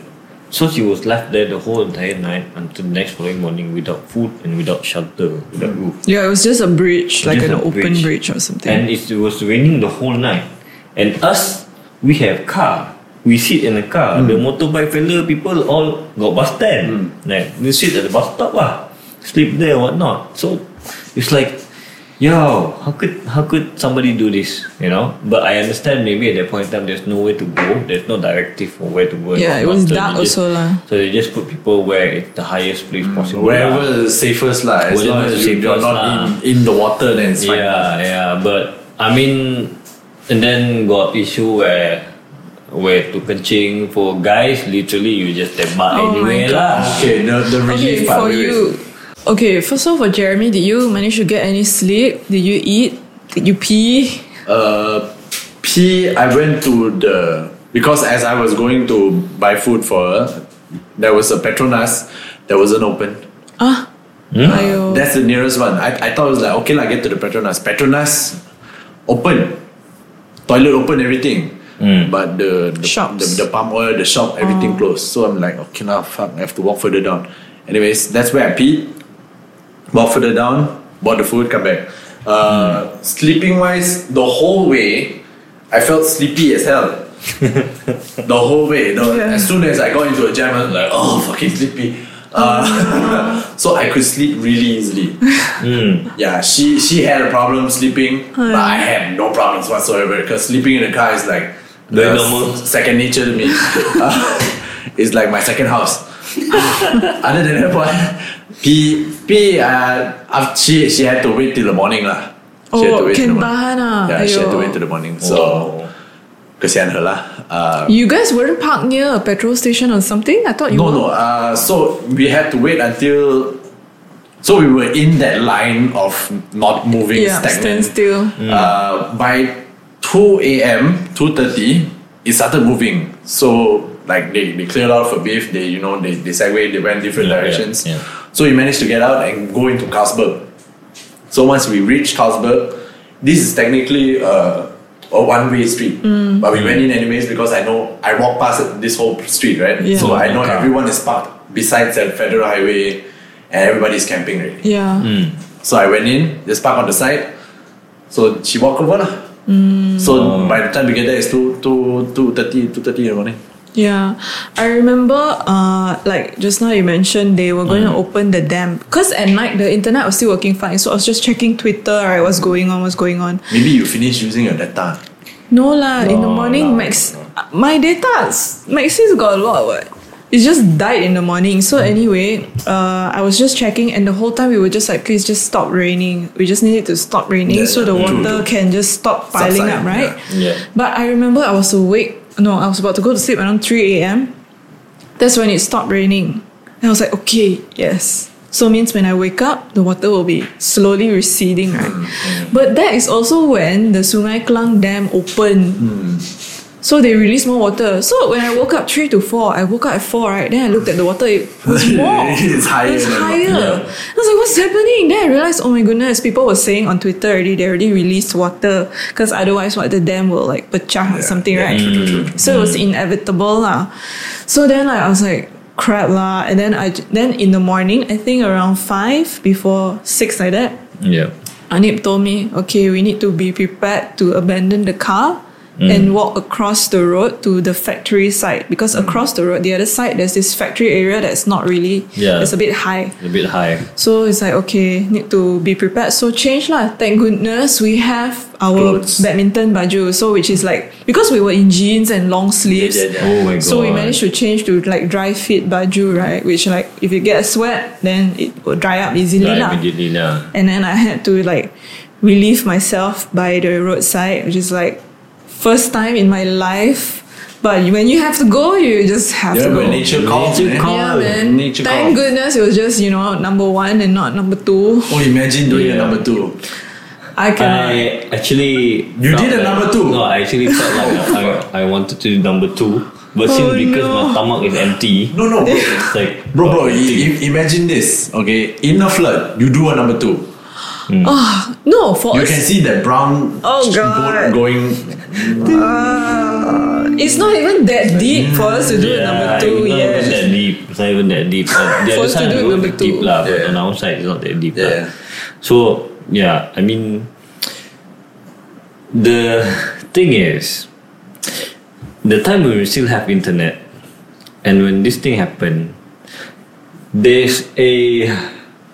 Speaker 1: So she was left there the whole entire night until next following morning without food and without shelter, without roof.
Speaker 3: Yeah, it was just a bridge, like
Speaker 1: Just a
Speaker 3: an open
Speaker 1: bridge.
Speaker 3: bridge or something.
Speaker 1: And it was raining the whole night. And us, we have car. We sit in a car.
Speaker 3: Hmm.
Speaker 1: The motorbike fella people all got bus stand. Like we sit at the bus stop lah, sleep there whatnot. So it's like, yo, how could how could somebody do this? You know. But I understand maybe at that point in time there's nowhere to go. There's no directive for where to go. and
Speaker 3: Yeah, it
Speaker 1: whatnot.
Speaker 3: was
Speaker 1: So
Speaker 3: dark
Speaker 1: they just-
Speaker 3: also lah.
Speaker 1: So they just put people where it's the highest place
Speaker 2: Oh,
Speaker 1: possible. lah.
Speaker 2: Wherever the safest lah. As
Speaker 1: Whatever
Speaker 2: long as
Speaker 1: the
Speaker 2: you- you're
Speaker 1: safest
Speaker 2: not in, in the water, then it's fine.
Speaker 1: Yeah, yeah, but I mean, and then got issue where where to kencing for guys. Literally, you just tembak
Speaker 3: Oh my
Speaker 1: anyway lah.
Speaker 2: Okay, the, the relief
Speaker 3: okay,
Speaker 2: part.
Speaker 3: for
Speaker 2: wait, wait.
Speaker 3: you. Okay, first of all, for Jeremy, did you manage to get any sleep? Did you eat? Did you pee?
Speaker 2: Uh, P, I went to the because as I was going to buy food for her, there was a Petronas that wasn't open.
Speaker 3: Ah,
Speaker 2: Hmm?
Speaker 3: Ayo.
Speaker 2: That's the nearest one. I, I thought it was like okay, like get to the Petronas. Petronas open, toilet open, everything. But the the,
Speaker 3: Shops.
Speaker 2: the the palm oil, the shop, everything closed. So I'm like, okay, now fuck, I have to walk further down. Anyways, that's where I peed. Walk further down, bought the food, come back. Uh, Sleeping wise, the whole way, I felt sleepy as hell. the whole way. The,
Speaker 3: Yeah.
Speaker 2: As soon as I got into a jam, I was like, oh, fucking sleepy. Uh, so I could sleep really easily.
Speaker 1: Hmm.
Speaker 2: Yeah, she she had a problem sleeping, but I had no problems whatsoever because sleeping in a car is like
Speaker 1: Very
Speaker 2: the
Speaker 1: normal.
Speaker 2: s- second nature to me. Uh, it's like my second house. Other than that, what P P uh, af- she she had to wait till the morning lah. She had to
Speaker 3: oh,
Speaker 2: wait till the
Speaker 3: can
Speaker 2: morning.
Speaker 3: tahan ah.
Speaker 2: Yeah, she had to
Speaker 3: Ayo. Oh.
Speaker 2: wait till the morning. So, kesian her lah. Uh,
Speaker 3: You guys weren't parked near a petrol station or something? I thought you
Speaker 2: no,
Speaker 3: were.
Speaker 2: no. Uh, so we had to wait until. So we were in that line of not moving,
Speaker 3: Yeah,
Speaker 2: stagnant.
Speaker 3: stand still.
Speaker 2: Uh, by two a.m., two thirty, it started moving. So like they, they cleared out for beef. They you know they they segued. They went different
Speaker 1: Yeah, yeah,
Speaker 2: directions.
Speaker 1: yeah.
Speaker 2: So we managed to get out and go into Carlsberg. So once we reached Carlsberg, this is technically uh, a one-way street, but we went in anyways because I know I walk past this whole street, right?
Speaker 3: Yeah.
Speaker 2: So I know
Speaker 1: Okay.
Speaker 2: everyone is parked besides that federal highway, and everybody's camping already.
Speaker 3: Yeah.
Speaker 2: So I went in, just park on the side. So she walked over lah.
Speaker 3: Mm.
Speaker 2: So by the time we get there, it's 2, 2, 2.30, 2.30 in the morning.
Speaker 3: Yeah, I remember. Uh, like just now you mentioned they were going
Speaker 2: Mm.
Speaker 3: to open the dam because at night the internet was still working fine. So I was just checking Twitter. Right, what's going on? What's going on?
Speaker 2: Maybe you finish using your data.
Speaker 3: No lah. in the
Speaker 1: No,
Speaker 3: morning,
Speaker 1: no,
Speaker 3: Max, my data, Maxis got a lot. What? It just died in the morning. So
Speaker 2: Mm.
Speaker 3: anyway, uh, I was just checking, and the whole time we were just like, please just stop raining. We just need it to stop raining
Speaker 2: Yeah,
Speaker 3: so the
Speaker 2: yeah. True,
Speaker 3: water
Speaker 2: true.
Speaker 3: can just stop piling
Speaker 2: Subside,
Speaker 3: up, right?
Speaker 1: yeah. Yeah.
Speaker 3: But I remember I was awake. No, I was about to go to sleep around three a.m. That's when it stopped raining. And I was like, okay, yes, So means when I wake up, the water will be slowly receding, right? But that is also when the Sungai Klang Dam opened. So they release more water. So when I woke up three to four, I woke up at four, right? Then I looked at the water, it was more.
Speaker 2: It's higher
Speaker 3: It's
Speaker 2: than-
Speaker 3: higher.
Speaker 1: yeah.
Speaker 3: I was like, what's happening? Then I realized, oh my goodness, people were saying on Twitter already, they already released water because otherwise, what the dam will like pecah or something, right? So it was
Speaker 2: Mm.
Speaker 3: inevitable, lah. So then like, I was like, crap, lah. And then I j- then in the morning, I think around five before six like that,
Speaker 1: Yeah.
Speaker 3: Anip told me, okay, we need to be prepared to abandon the car
Speaker 1: Mm.
Speaker 3: and walk across the road to the factory side because
Speaker 1: Mm.
Speaker 3: across the road, the other side, there's this factory area that's not really,
Speaker 1: Yeah.
Speaker 3: it's a bit high.
Speaker 1: A bit high.
Speaker 3: So it's like okay, need to be prepared. So change lah. Thank goodness we have our
Speaker 2: Clothes.
Speaker 3: badminton baju. So which is like because we were in jeans and long sleeves.
Speaker 1: Oh my god.
Speaker 3: So we managed to change to like dry fit baju, right? Which like if you get a sweat, then it will dry up easily
Speaker 1: Right,
Speaker 3: lah.
Speaker 1: immediately lah.
Speaker 3: And then I had to like relieve myself by the roadside, which is like first time in my life. But when you have to go, you just have
Speaker 2: Yeah,
Speaker 3: to go.
Speaker 2: when nature calls,
Speaker 1: Nature
Speaker 2: man.
Speaker 1: calls. Oh,
Speaker 3: Yeah, man.
Speaker 2: nature
Speaker 3: Thank
Speaker 2: calls.
Speaker 3: goodness it was just, you know, number one and not number two.
Speaker 2: Oh, imagine doing
Speaker 1: Yeah.
Speaker 2: a number two.
Speaker 3: I cannot.
Speaker 1: I actually
Speaker 2: You
Speaker 1: felt
Speaker 2: did
Speaker 1: like-
Speaker 2: a number two?
Speaker 1: No, I actually felt like I, I wanted to do number two, but
Speaker 3: Oh
Speaker 1: since because
Speaker 3: no.
Speaker 1: my stomach is empty,
Speaker 2: No, no, bro.
Speaker 1: it's like
Speaker 2: bro, bro. i- i- imagine this. Okay, in a flood, you do a number two.
Speaker 3: no, for
Speaker 2: You
Speaker 3: us,
Speaker 2: can see that brown
Speaker 3: Oh,
Speaker 2: boat
Speaker 3: God.
Speaker 2: going.
Speaker 3: Ah, it's not even
Speaker 2: Mm,
Speaker 3: that deep for us to do a number two.
Speaker 1: it's not even
Speaker 3: yes.
Speaker 1: Ya, that deep. It's not even that deep. Uh, the
Speaker 3: For
Speaker 1: other
Speaker 3: us to
Speaker 1: side
Speaker 3: do
Speaker 1: is
Speaker 3: number
Speaker 1: not deep
Speaker 3: two.
Speaker 1: lah, but
Speaker 2: Yeah.
Speaker 1: on our side it's not that deep
Speaker 2: Yeah.
Speaker 1: lah. So yeah, I mean, the thing is, the time when we still have internet, and when this thing happened, there's a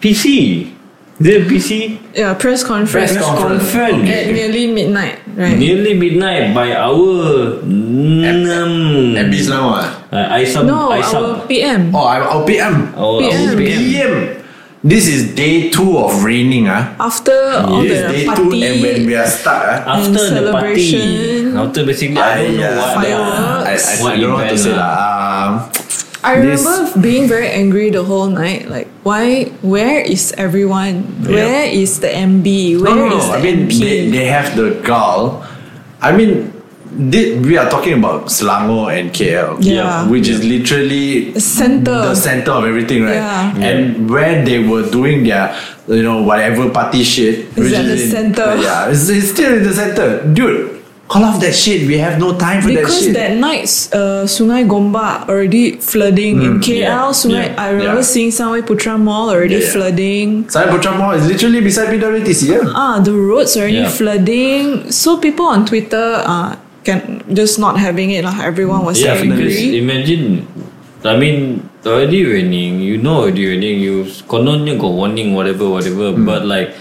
Speaker 1: PC. Is it a PC?
Speaker 3: Yeah, press conference.
Speaker 1: Press conference.
Speaker 3: At nearly midnight, right?
Speaker 1: Nearly midnight by our enam.
Speaker 2: MB Selangor. ah?
Speaker 1: Uh, I sub.
Speaker 3: No,
Speaker 1: I sub.
Speaker 3: our PM.
Speaker 2: Oh, I'm oh, PM.
Speaker 1: Our,
Speaker 3: PM.
Speaker 1: our PM.
Speaker 2: PM. This is day two of raining, ah.
Speaker 3: After all
Speaker 2: This
Speaker 3: the
Speaker 2: is day two, and when we
Speaker 3: party,
Speaker 2: are stuck, ah.
Speaker 1: After
Speaker 3: And
Speaker 1: the party.
Speaker 3: celebration.
Speaker 1: After basically, I, don't know what. the-
Speaker 3: Fireworks.
Speaker 2: uh, I, I, I
Speaker 1: what
Speaker 2: don't know what to
Speaker 1: event
Speaker 2: say,
Speaker 1: lah.
Speaker 2: lah. Um,
Speaker 3: I
Speaker 2: This-
Speaker 3: remember being very angry the whole night. Like, why? Where is everyone? Where is the MB? Where
Speaker 2: No,
Speaker 3: is
Speaker 2: no, no.
Speaker 3: the
Speaker 2: I mean,
Speaker 3: MP?
Speaker 2: they, they have the gall. I mean, thi- we are talking about Selangor and KL,
Speaker 3: Yeah.
Speaker 2: which is literally
Speaker 3: The
Speaker 2: the
Speaker 3: center.
Speaker 2: center of everything, right?
Speaker 3: Yeah.
Speaker 2: And where they were doing their, you know, whatever party shit. which
Speaker 3: at the
Speaker 2: in-
Speaker 3: center.
Speaker 2: Yeah, it's, it's still in the center, dude. Call off that shit. We have no time for that shit.
Speaker 3: because that, night, uh, Sungai Gombak already flooding in KL.
Speaker 1: yeah,
Speaker 3: Sungai,
Speaker 1: yeah,
Speaker 3: I remember
Speaker 2: Mm, yeah.
Speaker 3: seeing Sungai Putra Mall already
Speaker 2: Yeah, yeah.
Speaker 3: flooding.
Speaker 2: Saya Putra Mall is literally beside PWTC, yeah.
Speaker 3: Ah, the roads already
Speaker 1: Yeah.
Speaker 3: flooding. So people on Twitter uh, can just not having it. Like everyone was
Speaker 1: Yeah,
Speaker 3: so
Speaker 1: because
Speaker 3: angry.
Speaker 1: imagine. I mean, already raining. You know already raining. You kononnya got warning, whatever, whatever.
Speaker 2: Hmm.
Speaker 1: But like,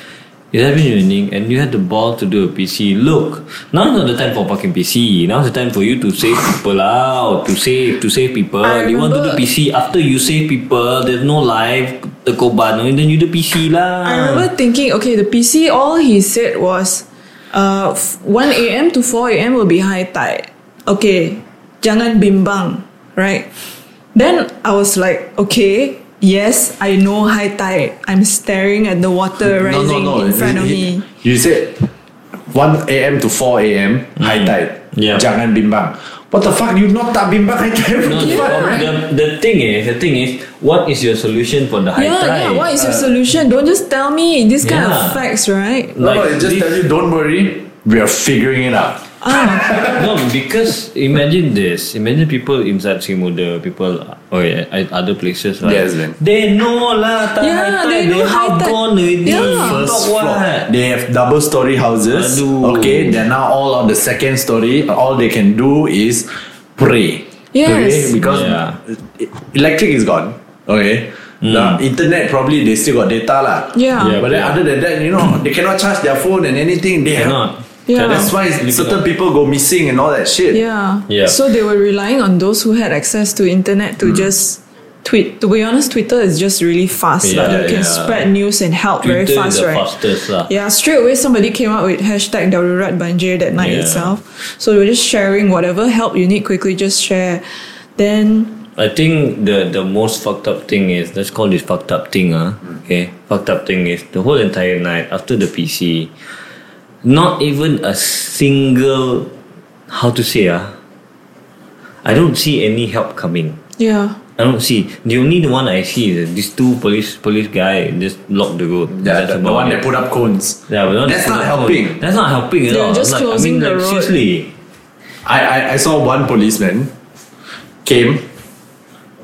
Speaker 1: it has been raining, and you had the ball to do a PC. Look, now's not the time for fucking PC. Now's the time for you to save people out, to save, to save people.
Speaker 3: I
Speaker 1: you want to do
Speaker 3: remember-
Speaker 1: PC after you save people. There's no life. The koban, and then you do PC lah.
Speaker 3: I remember thinking, okay, the PC, all he said was uh, f- 1 a.m. to 4 a.m. will be high tide. Okay, jangan bimbang, right? Then I was like, okay, yes, I know high tide. I'm staring at the water rising in front of
Speaker 2: He-
Speaker 3: me.
Speaker 2: You said 1 a.m. to 4 a.m. high tide.
Speaker 1: Yeah.
Speaker 2: Jangan bimbang. What the fuck? You not tak bimbang high tide?
Speaker 1: No,
Speaker 2: What the
Speaker 1: the,
Speaker 2: fuck, man?
Speaker 1: the, the thing is, the thing is, what is your solution for the high
Speaker 3: yeah,
Speaker 1: tide?
Speaker 3: yeah, what is your solution? Don't just tell me this kind
Speaker 1: Yeah.
Speaker 3: of facts, right?
Speaker 2: No, no,
Speaker 1: Like
Speaker 2: it just
Speaker 1: this-
Speaker 2: tell you don't worry. We are figuring it out.
Speaker 3: Ah,
Speaker 1: no, because imagine this. Imagine people inside Simuda, people or at other places, right?
Speaker 2: Yes, man.
Speaker 1: They know lah, tak
Speaker 3: Yeah,
Speaker 1: high tide.
Speaker 3: they know high
Speaker 1: have
Speaker 3: tide.
Speaker 1: gone already.
Speaker 3: Yeah.
Speaker 2: First
Speaker 1: Talk
Speaker 2: floor.
Speaker 1: what?
Speaker 2: They have double story houses.
Speaker 1: Aduh.
Speaker 2: Okay, they're now all on the second story. All they can do is pray.
Speaker 3: Yes.
Speaker 2: Pray because
Speaker 1: Yeah. Hmm.
Speaker 2: e- electric is gone. Okay. The internet probably they still got data lah.
Speaker 3: Yeah.
Speaker 1: Yeah,
Speaker 2: but then
Speaker 1: yeah.
Speaker 2: other than that, you know, they cannot charge their phone and anything. They
Speaker 1: Cannot.
Speaker 3: Yeah.
Speaker 1: Cannot.
Speaker 2: That's why
Speaker 1: Cannot.
Speaker 2: certain people go missing and all that shit.
Speaker 3: Yeah.
Speaker 1: Yeah. Hmm.
Speaker 3: So they were relying on those who had access to internet to just tweet. To be honest, Twitter is just really fast. lah.
Speaker 1: Yeah,
Speaker 3: you can
Speaker 1: yeah.
Speaker 3: spread news and help
Speaker 1: Twitter
Speaker 3: very
Speaker 1: is
Speaker 3: fast,
Speaker 1: the
Speaker 3: right?
Speaker 1: fastest lah.
Speaker 3: Yeah, straight away somebody came up with hashtag Darurat Banjir that night
Speaker 1: Yeah.
Speaker 3: itself. So they were just sharing whatever help you need quickly, just share. Then
Speaker 1: I think the the most fucked up thing is let's call this fucked up thing, huh?
Speaker 2: Hmm.
Speaker 1: Okay, fucked up thing is the whole entire night after the PC, not even a single how to say ah, I don't see any help coming.
Speaker 3: Yeah.
Speaker 1: I don't see. The only one I see is these two police police guy just block the road.
Speaker 2: Yeah,
Speaker 1: That's
Speaker 2: the, the
Speaker 1: about
Speaker 2: one
Speaker 1: it.
Speaker 2: that put up cones.
Speaker 1: Yeah, but
Speaker 2: That's not helping.
Speaker 1: That's not helping at
Speaker 3: They're
Speaker 1: all.
Speaker 3: just
Speaker 1: like, I mean,
Speaker 3: closing the
Speaker 1: like,
Speaker 3: road.
Speaker 1: Seriously.
Speaker 2: I, I, I saw one policeman came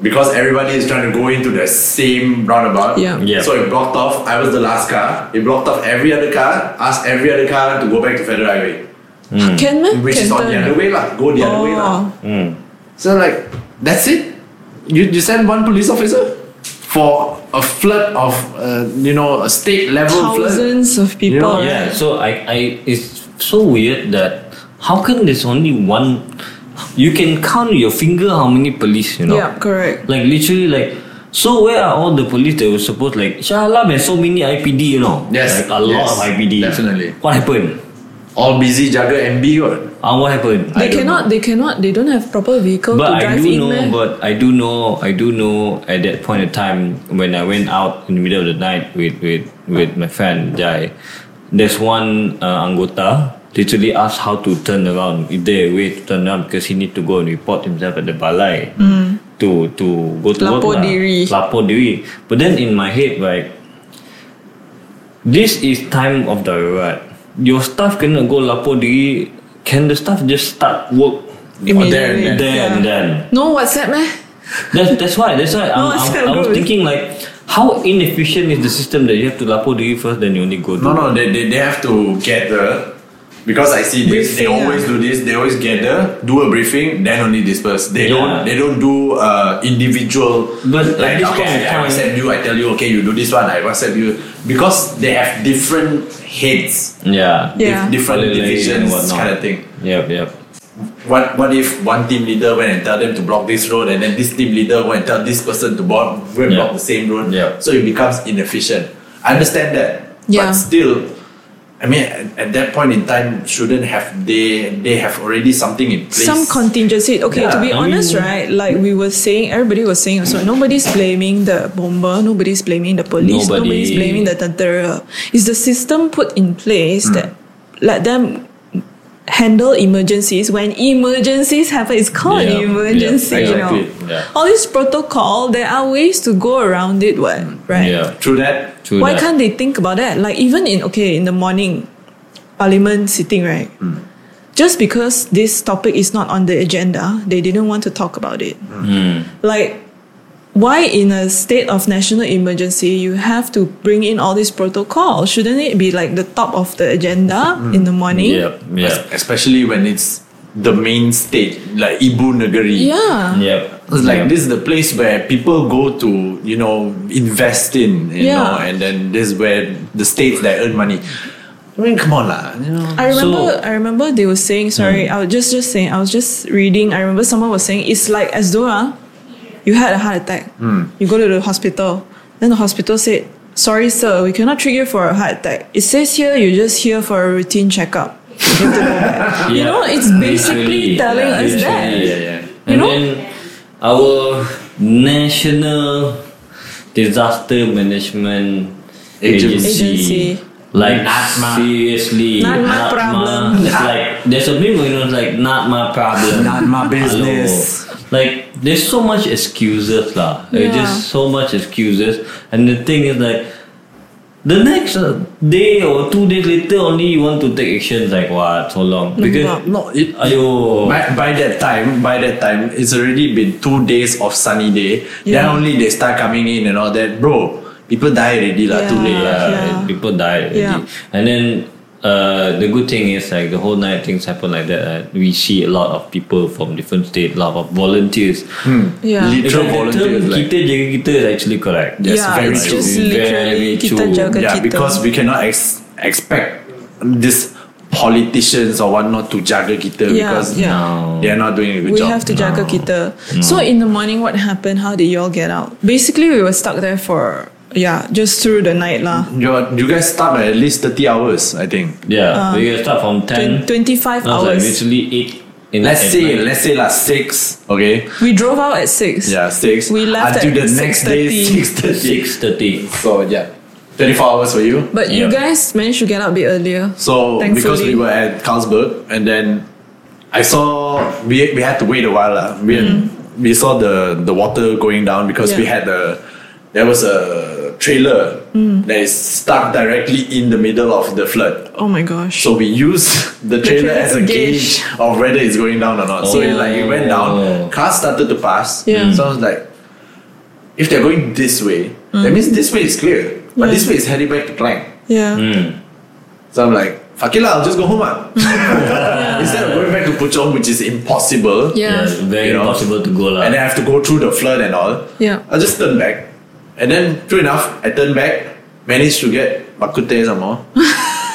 Speaker 2: because everybody is trying to go into the same roundabout.
Speaker 3: Yeah.
Speaker 1: Yeah.
Speaker 2: So it blocked off. I was the last car. It blocked off every other car. Asked every other car to go back to Federal Highway,
Speaker 1: Hmm.
Speaker 3: Can man?
Speaker 2: which
Speaker 3: Can
Speaker 2: is on
Speaker 3: turn.
Speaker 2: the other way lah. Go the other way lah.
Speaker 3: Oh.
Speaker 2: So like, that's it. You you send one police officer for a flood of uh, you know a state level flood.
Speaker 3: Thousands of people.
Speaker 2: You know,
Speaker 1: Yeah. So I, I, it's so weird that how can there's only one? You can count with your finger how many police you know.
Speaker 3: Yeah, correct.
Speaker 1: Like literally, like so. Where are all the police that were supposed like? Shalam has so many IPD, you know.
Speaker 2: Yes,
Speaker 1: Like, a lot
Speaker 2: yes,
Speaker 1: of IPD.
Speaker 2: definitely.
Speaker 1: What happened?
Speaker 2: All busy jaga MB or
Speaker 1: Ah, what happened? I
Speaker 3: They
Speaker 1: don't
Speaker 3: cannot. They cannot. They don't have proper vehicle
Speaker 1: but
Speaker 3: to
Speaker 1: I
Speaker 3: drive
Speaker 1: do
Speaker 3: in.
Speaker 1: know,
Speaker 3: meh?
Speaker 1: but I do know, I do know. At that point of time, when I went out in the middle of the night with with with my friend Jai, there's one uh, anggota literally asked how to turn around. Is there a way to turn around because he need to go and report himself at the balai to to go to
Speaker 3: Hmm.
Speaker 1: work
Speaker 3: Lapor
Speaker 1: lah.
Speaker 3: diri.
Speaker 1: Lapor diri. But then in my head, right, this is time of the right. Your staff cannot go lapor diri. Can the staff just start work?
Speaker 3: Immediately.
Speaker 2: there and then.
Speaker 1: There and
Speaker 3: Yeah.
Speaker 1: then.
Speaker 3: No WhatsApp, meh?
Speaker 1: That's, that's why. That's why. I'm,
Speaker 3: No, it's
Speaker 1: I'm, I
Speaker 3: not
Speaker 1: was
Speaker 3: good.
Speaker 1: thinking like, how inefficient is the system that you have to lapo do first, then you only go.
Speaker 2: No,
Speaker 1: Do.
Speaker 2: no, they, they, they have to gather because I see this. They
Speaker 3: Briefing, ah. yeah.
Speaker 2: always do this. They always gather, do a briefing, then only disperse. They
Speaker 1: Yeah.
Speaker 2: don't they don't do uh, individual.
Speaker 1: But at
Speaker 2: like
Speaker 1: this point of
Speaker 2: okay, I
Speaker 1: time-
Speaker 2: WhatsApp you. I tell you, okay, you do this one. I WhatsApp you because they have different heads,
Speaker 1: Yeah.
Speaker 3: Yeah.
Speaker 2: dif- different
Speaker 1: Police and
Speaker 2: divisions,
Speaker 1: whatnot.
Speaker 2: kind of thing.
Speaker 1: Yep. Yep.
Speaker 2: What what if one team leader went and tell them to block this road, and then this team leader went and tell this person to block, go and
Speaker 1: Yeah.
Speaker 2: block the same road?
Speaker 1: Yeah.
Speaker 2: So it becomes inefficient. I understand that,
Speaker 3: Yeah.
Speaker 2: but still, I mean, at, at that point in time, shouldn't have they they have already something in place?
Speaker 3: Some contingency. Okay,
Speaker 2: Yeah,
Speaker 3: to
Speaker 1: I
Speaker 3: be honest,
Speaker 1: mean-
Speaker 3: right? Like we were saying, everybody was saying. So nobody's blaming the bomber. Nobody's blaming the police.
Speaker 1: Nobody.
Speaker 3: Nobody's blaming the tentera. It's the system put in place
Speaker 1: Hmm.
Speaker 3: that let them handle emergencies when emergencies happen. It's called
Speaker 1: Yeah,
Speaker 3: an emergency.
Speaker 1: yeah,
Speaker 3: you
Speaker 2: exactly,
Speaker 3: know.
Speaker 1: yeah.
Speaker 3: All this protocol. There are ways to go around it. What right?
Speaker 1: Yeah.
Speaker 2: Through that,
Speaker 1: True
Speaker 3: Why
Speaker 1: that.
Speaker 3: can't they think about that? Like even in okay in the morning, parliament sitting right.
Speaker 1: Hmm.
Speaker 3: Just because this topic is not on the agenda, they didn't want to talk about it.
Speaker 1: Hmm.
Speaker 3: Like, why in a state of national emergency you have to bring in all this protocol? Shouldn't it be like the top of the agenda in the morning?
Speaker 1: Hmm. Yep. Yep.
Speaker 2: especially when it's the main state like Ibu Negeri.
Speaker 3: Yeah.
Speaker 1: Yep.
Speaker 2: It's
Speaker 1: Yep.
Speaker 2: like this is the place where people go to, you know, invest in, you
Speaker 3: Yeah.
Speaker 2: know, and then this is where the states that earn money. I mean, come on, lah, you know.
Speaker 3: I remember
Speaker 1: So-
Speaker 3: I remember they were saying sorry, I was just just saying I was just reading, I remember someone was saying it's like as though ah, you had a heart attack.
Speaker 1: Hmm.
Speaker 3: You go to the hospital. Then the hospital said, Sorry sir, we cannot treat you for a heart attack. It says here you're just here for a routine checkup. You have to go back." You
Speaker 1: Yeah.
Speaker 3: know, it's
Speaker 1: Literally.
Speaker 3: basically telling
Speaker 1: Yeah,
Speaker 3: us that.
Speaker 1: literally, Yeah, yeah.
Speaker 3: You
Speaker 1: and
Speaker 3: know?
Speaker 1: then our national disaster management
Speaker 2: Agency.
Speaker 1: agency,
Speaker 3: Agency.
Speaker 1: like
Speaker 2: NATMA.
Speaker 1: seriously,
Speaker 3: Not my
Speaker 1: NATMA.
Speaker 3: problem.
Speaker 1: It's like there's a bit where you know it's like not my problem,
Speaker 2: Not my
Speaker 1: Hello.
Speaker 2: business.
Speaker 1: Like there's so much excuses lah. There's
Speaker 3: Yeah.
Speaker 1: just so much excuses, and the thing is like. The next uh, day or two days later, only you want to take actions like what? So long because
Speaker 2: No, it,
Speaker 1: Ayo.
Speaker 2: By, by that time, by that time, it's already been two days of sunny day. Then
Speaker 3: Yeah.
Speaker 2: only they start coming in and all that, bro. People die already lah. Too late lah.
Speaker 1: yeah,
Speaker 3: Yeah.
Speaker 1: uh, people died already.
Speaker 3: Yeah.
Speaker 1: And then uh, the good thing is like the whole night things happen like that. uh, we see a lot of people from different states, a lot of volunteers.
Speaker 3: Yeah.
Speaker 2: Lit-
Speaker 1: Because
Speaker 2: Hmm. Literal
Speaker 1: the
Speaker 2: volunteers,
Speaker 1: term
Speaker 2: like-
Speaker 1: kita jaga kita is actually correct.
Speaker 2: Yes,
Speaker 3: yeah,
Speaker 2: very
Speaker 3: it's
Speaker 2: true.
Speaker 3: just
Speaker 1: Very
Speaker 3: literally kita
Speaker 1: true.
Speaker 3: jaga
Speaker 2: Yeah,
Speaker 3: kita.
Speaker 2: because we cannot ex- expect these politicians or whatnot to jaga kita
Speaker 3: Yeah,
Speaker 2: because
Speaker 3: yeah.
Speaker 1: No.
Speaker 2: they are not doing a good
Speaker 3: we
Speaker 2: job.
Speaker 3: have to jaga kita. So in the morning, what happened? How did you all get out? Basically, we were stuck there for yeah, just through the night lah.
Speaker 2: You're, you guys start at least 30 hours, I think.
Speaker 1: Yeah, we can start from 10.
Speaker 3: Twen- 25
Speaker 1: No, it's like
Speaker 3: um, hours.
Speaker 1: literally 8 in
Speaker 2: Let's
Speaker 1: at
Speaker 2: say,
Speaker 1: night.
Speaker 2: let's say like six. Okay.
Speaker 3: We drove out at six.
Speaker 2: Yeah, six.
Speaker 3: We left
Speaker 2: until
Speaker 3: at
Speaker 2: the next day,
Speaker 3: 6:30.
Speaker 2: six thirty.
Speaker 1: six thirty.
Speaker 2: So yeah, thirty-four hours for you.
Speaker 3: But you
Speaker 1: Yeah.
Speaker 3: guys managed to get out a bit earlier.
Speaker 2: So because we
Speaker 3: Thankfully.
Speaker 2: were at Carlsberg and then I saw we, we had to wait a while lah. We we saw the the water going down because we had
Speaker 3: Mm-hmm. Yeah.
Speaker 2: the there was a trailer
Speaker 3: Mm.
Speaker 2: that is stuck directly in the middle of the flood.
Speaker 3: Oh my gosh.
Speaker 2: So we used the trailer
Speaker 3: trailer's
Speaker 2: as a gauge.
Speaker 3: gauge.
Speaker 2: of whether it's going down or not. So it like it went
Speaker 1: Oh.
Speaker 2: down. Cars started to pass.
Speaker 3: Yeah.
Speaker 2: So I was like, if they're going this way, that means this way is clear. But
Speaker 3: Mm. Yeah.
Speaker 2: this way is heading back to Klang.
Speaker 3: yeah.
Speaker 1: Mm.
Speaker 2: So I'm like, fuck it lah, I'll just go home ah. Instead of going back to Puchong, which is impossible,
Speaker 1: Yeah,
Speaker 3: Yeah.
Speaker 1: it's very
Speaker 2: You know,
Speaker 1: impossible to go lah.
Speaker 2: and then I have to go through the flood and all,
Speaker 3: Yeah.
Speaker 2: I'll just turn back. And then, true enough, I turn back, managed to get bakute some more.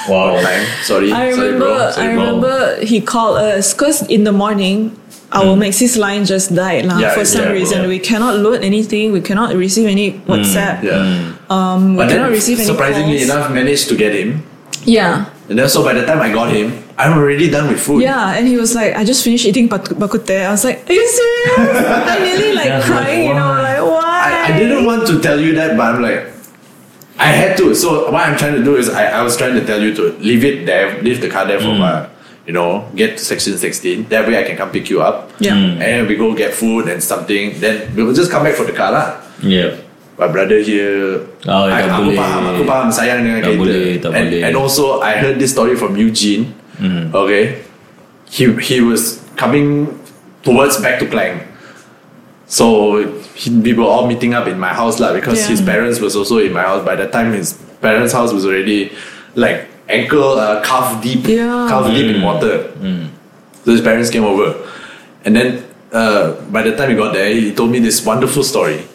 Speaker 1: wow.
Speaker 2: Like, sorry,
Speaker 3: I
Speaker 2: sorry
Speaker 3: remember
Speaker 2: bro.
Speaker 3: I
Speaker 2: Sorry, bro.
Speaker 3: remember he called us because in the morning our Maxis line just died lah
Speaker 2: Mm. Yeah,
Speaker 3: for some
Speaker 2: yeah,
Speaker 3: reason.
Speaker 2: yeah. Mm,
Speaker 3: We cannot load anything, we cannot receive any WhatsApp.
Speaker 2: Yeah.
Speaker 3: Um we
Speaker 2: But
Speaker 3: cannot
Speaker 2: then,
Speaker 3: receive any
Speaker 2: surprisingly
Speaker 3: calls.
Speaker 2: enough, managed to get him.
Speaker 3: Yeah.
Speaker 2: And then, so by the time I got him, I'm already done with food.
Speaker 3: Yeah, and he was like, I just finished eating bak- bakute. I was like, Are you serious? I nearly like
Speaker 1: Yeah,
Speaker 3: crying, you know,
Speaker 1: like,
Speaker 3: like why?
Speaker 2: I, I didn't want to tell you that, but I'm like, I had to. So what I'm trying to do is, I, I was trying to tell you to leave it there, leave the car there for a while, you know, get to section 16. That way I can come pick you up.
Speaker 3: Yeah.
Speaker 2: And then we go get food and something. Then we will just come back for the car lah.
Speaker 1: Yeah.
Speaker 2: My brother here.
Speaker 1: Oh,
Speaker 2: I,
Speaker 1: tak
Speaker 2: aku
Speaker 1: boleh.
Speaker 2: faham, aku faham. Sayang dengan
Speaker 1: Tak
Speaker 2: kereta.
Speaker 1: boleh, tak
Speaker 2: and,
Speaker 1: boleh. Hmm.
Speaker 2: and also, I heard this story from Eugene. Okay. He, he was coming towards back to Klang. So he, we were all meeting up in my house lah because
Speaker 3: Yeah.
Speaker 2: his parents was also in my house. By the time his parents' house was already like ankle uh, calf deep,
Speaker 3: Yeah.
Speaker 2: calf deep in water. So his parents came over, and then uh, by the time he got there, he told me this wonderful story.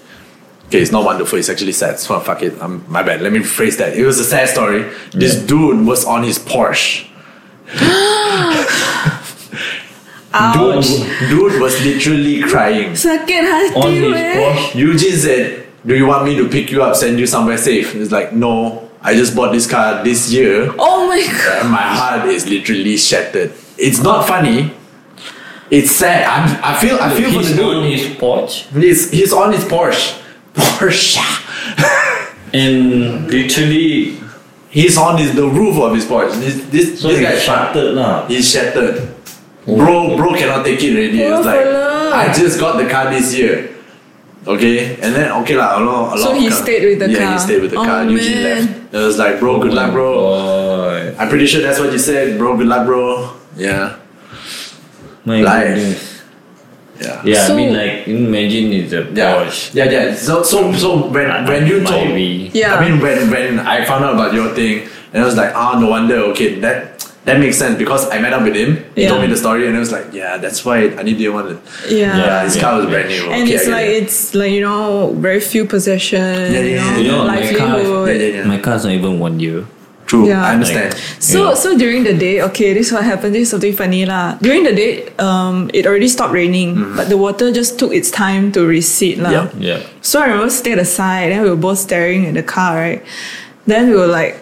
Speaker 2: Okay, it's not wonderful. It's actually sad. So fuck it. Um my bad. Let me rephrase that. It was a sad story. This dude was on his Porsche. Dude, dude was literally crying.
Speaker 3: Sakit hati
Speaker 1: On his
Speaker 3: weh.
Speaker 1: Porsche.
Speaker 2: Eugene said, Do you want me to pick you up, send you somewhere safe? It's like, No, I just bought this car this year
Speaker 3: Oh my god.
Speaker 2: and my heart is literally shattered. It's not funny. It's sad. I'm, I feel I feel for the
Speaker 1: He's on
Speaker 2: dude.
Speaker 1: his porch
Speaker 2: He's, he's on his Porsche. Porsche.
Speaker 1: and literally
Speaker 2: He's on his, the roof of his Porsche. This, this,
Speaker 1: so
Speaker 2: this
Speaker 1: he
Speaker 2: guy
Speaker 1: shattered Oh. lah.
Speaker 2: He's shattered. Bro, bro cannot take it already.
Speaker 3: Poor
Speaker 2: It's like
Speaker 3: fella.
Speaker 2: I just got the car this year. Okay, and then okay lah. A lot, a lot
Speaker 3: So
Speaker 2: of
Speaker 3: he
Speaker 2: car-
Speaker 3: stayed with the
Speaker 2: yeah,
Speaker 3: car.
Speaker 2: he stayed with the
Speaker 3: Oh,
Speaker 2: car. Eugene
Speaker 3: man.
Speaker 2: left. It was like, bro, good luck, bro.
Speaker 1: Oh, Boy.
Speaker 2: I'm pretty sure that's what you said, bro. Good luck, bro. Yeah,
Speaker 1: My
Speaker 2: Life.
Speaker 1: goodness.
Speaker 2: yeah,
Speaker 1: Yeah, I
Speaker 3: So-
Speaker 1: mean like imagine it's a
Speaker 2: yeah,
Speaker 1: Porsche.
Speaker 2: yeah, yeah. So, so, so when when you
Speaker 1: Might
Speaker 2: told
Speaker 1: be.
Speaker 3: Yeah.
Speaker 2: I mean, when when I found out about your thing, and I was like, ah, no wonder. Okay, that that makes sense because I met up with him. He
Speaker 3: Yeah.
Speaker 2: told me the story, and I was like, yeah, that's why I didn't want it.
Speaker 3: Yeah.
Speaker 2: Yeah, his
Speaker 1: yeah,
Speaker 2: car was
Speaker 1: yeah.
Speaker 2: brand new.
Speaker 3: And
Speaker 2: okay, I
Speaker 3: it's
Speaker 2: get
Speaker 3: like
Speaker 2: it.
Speaker 3: it's like you know very few possessions,
Speaker 2: Yeah, yeah, yeah.
Speaker 1: You
Speaker 3: you
Speaker 1: know,
Speaker 3: know,
Speaker 1: my car-
Speaker 3: livelihood.
Speaker 2: Yeah, yeah, yeah.
Speaker 1: My car's not even one year.
Speaker 2: True,
Speaker 3: Yeah.
Speaker 2: I understand.
Speaker 1: Yeah.
Speaker 3: So so during the day, okay, this is what happened. This is something funny lah. During the day, um, it already stopped raining,
Speaker 1: Hmm.
Speaker 3: but the water just took its time to recede
Speaker 2: Yeah.
Speaker 3: lah.
Speaker 1: Yeah.
Speaker 3: So I remember stayed aside, and we were both staring at the car, right? Then we were like,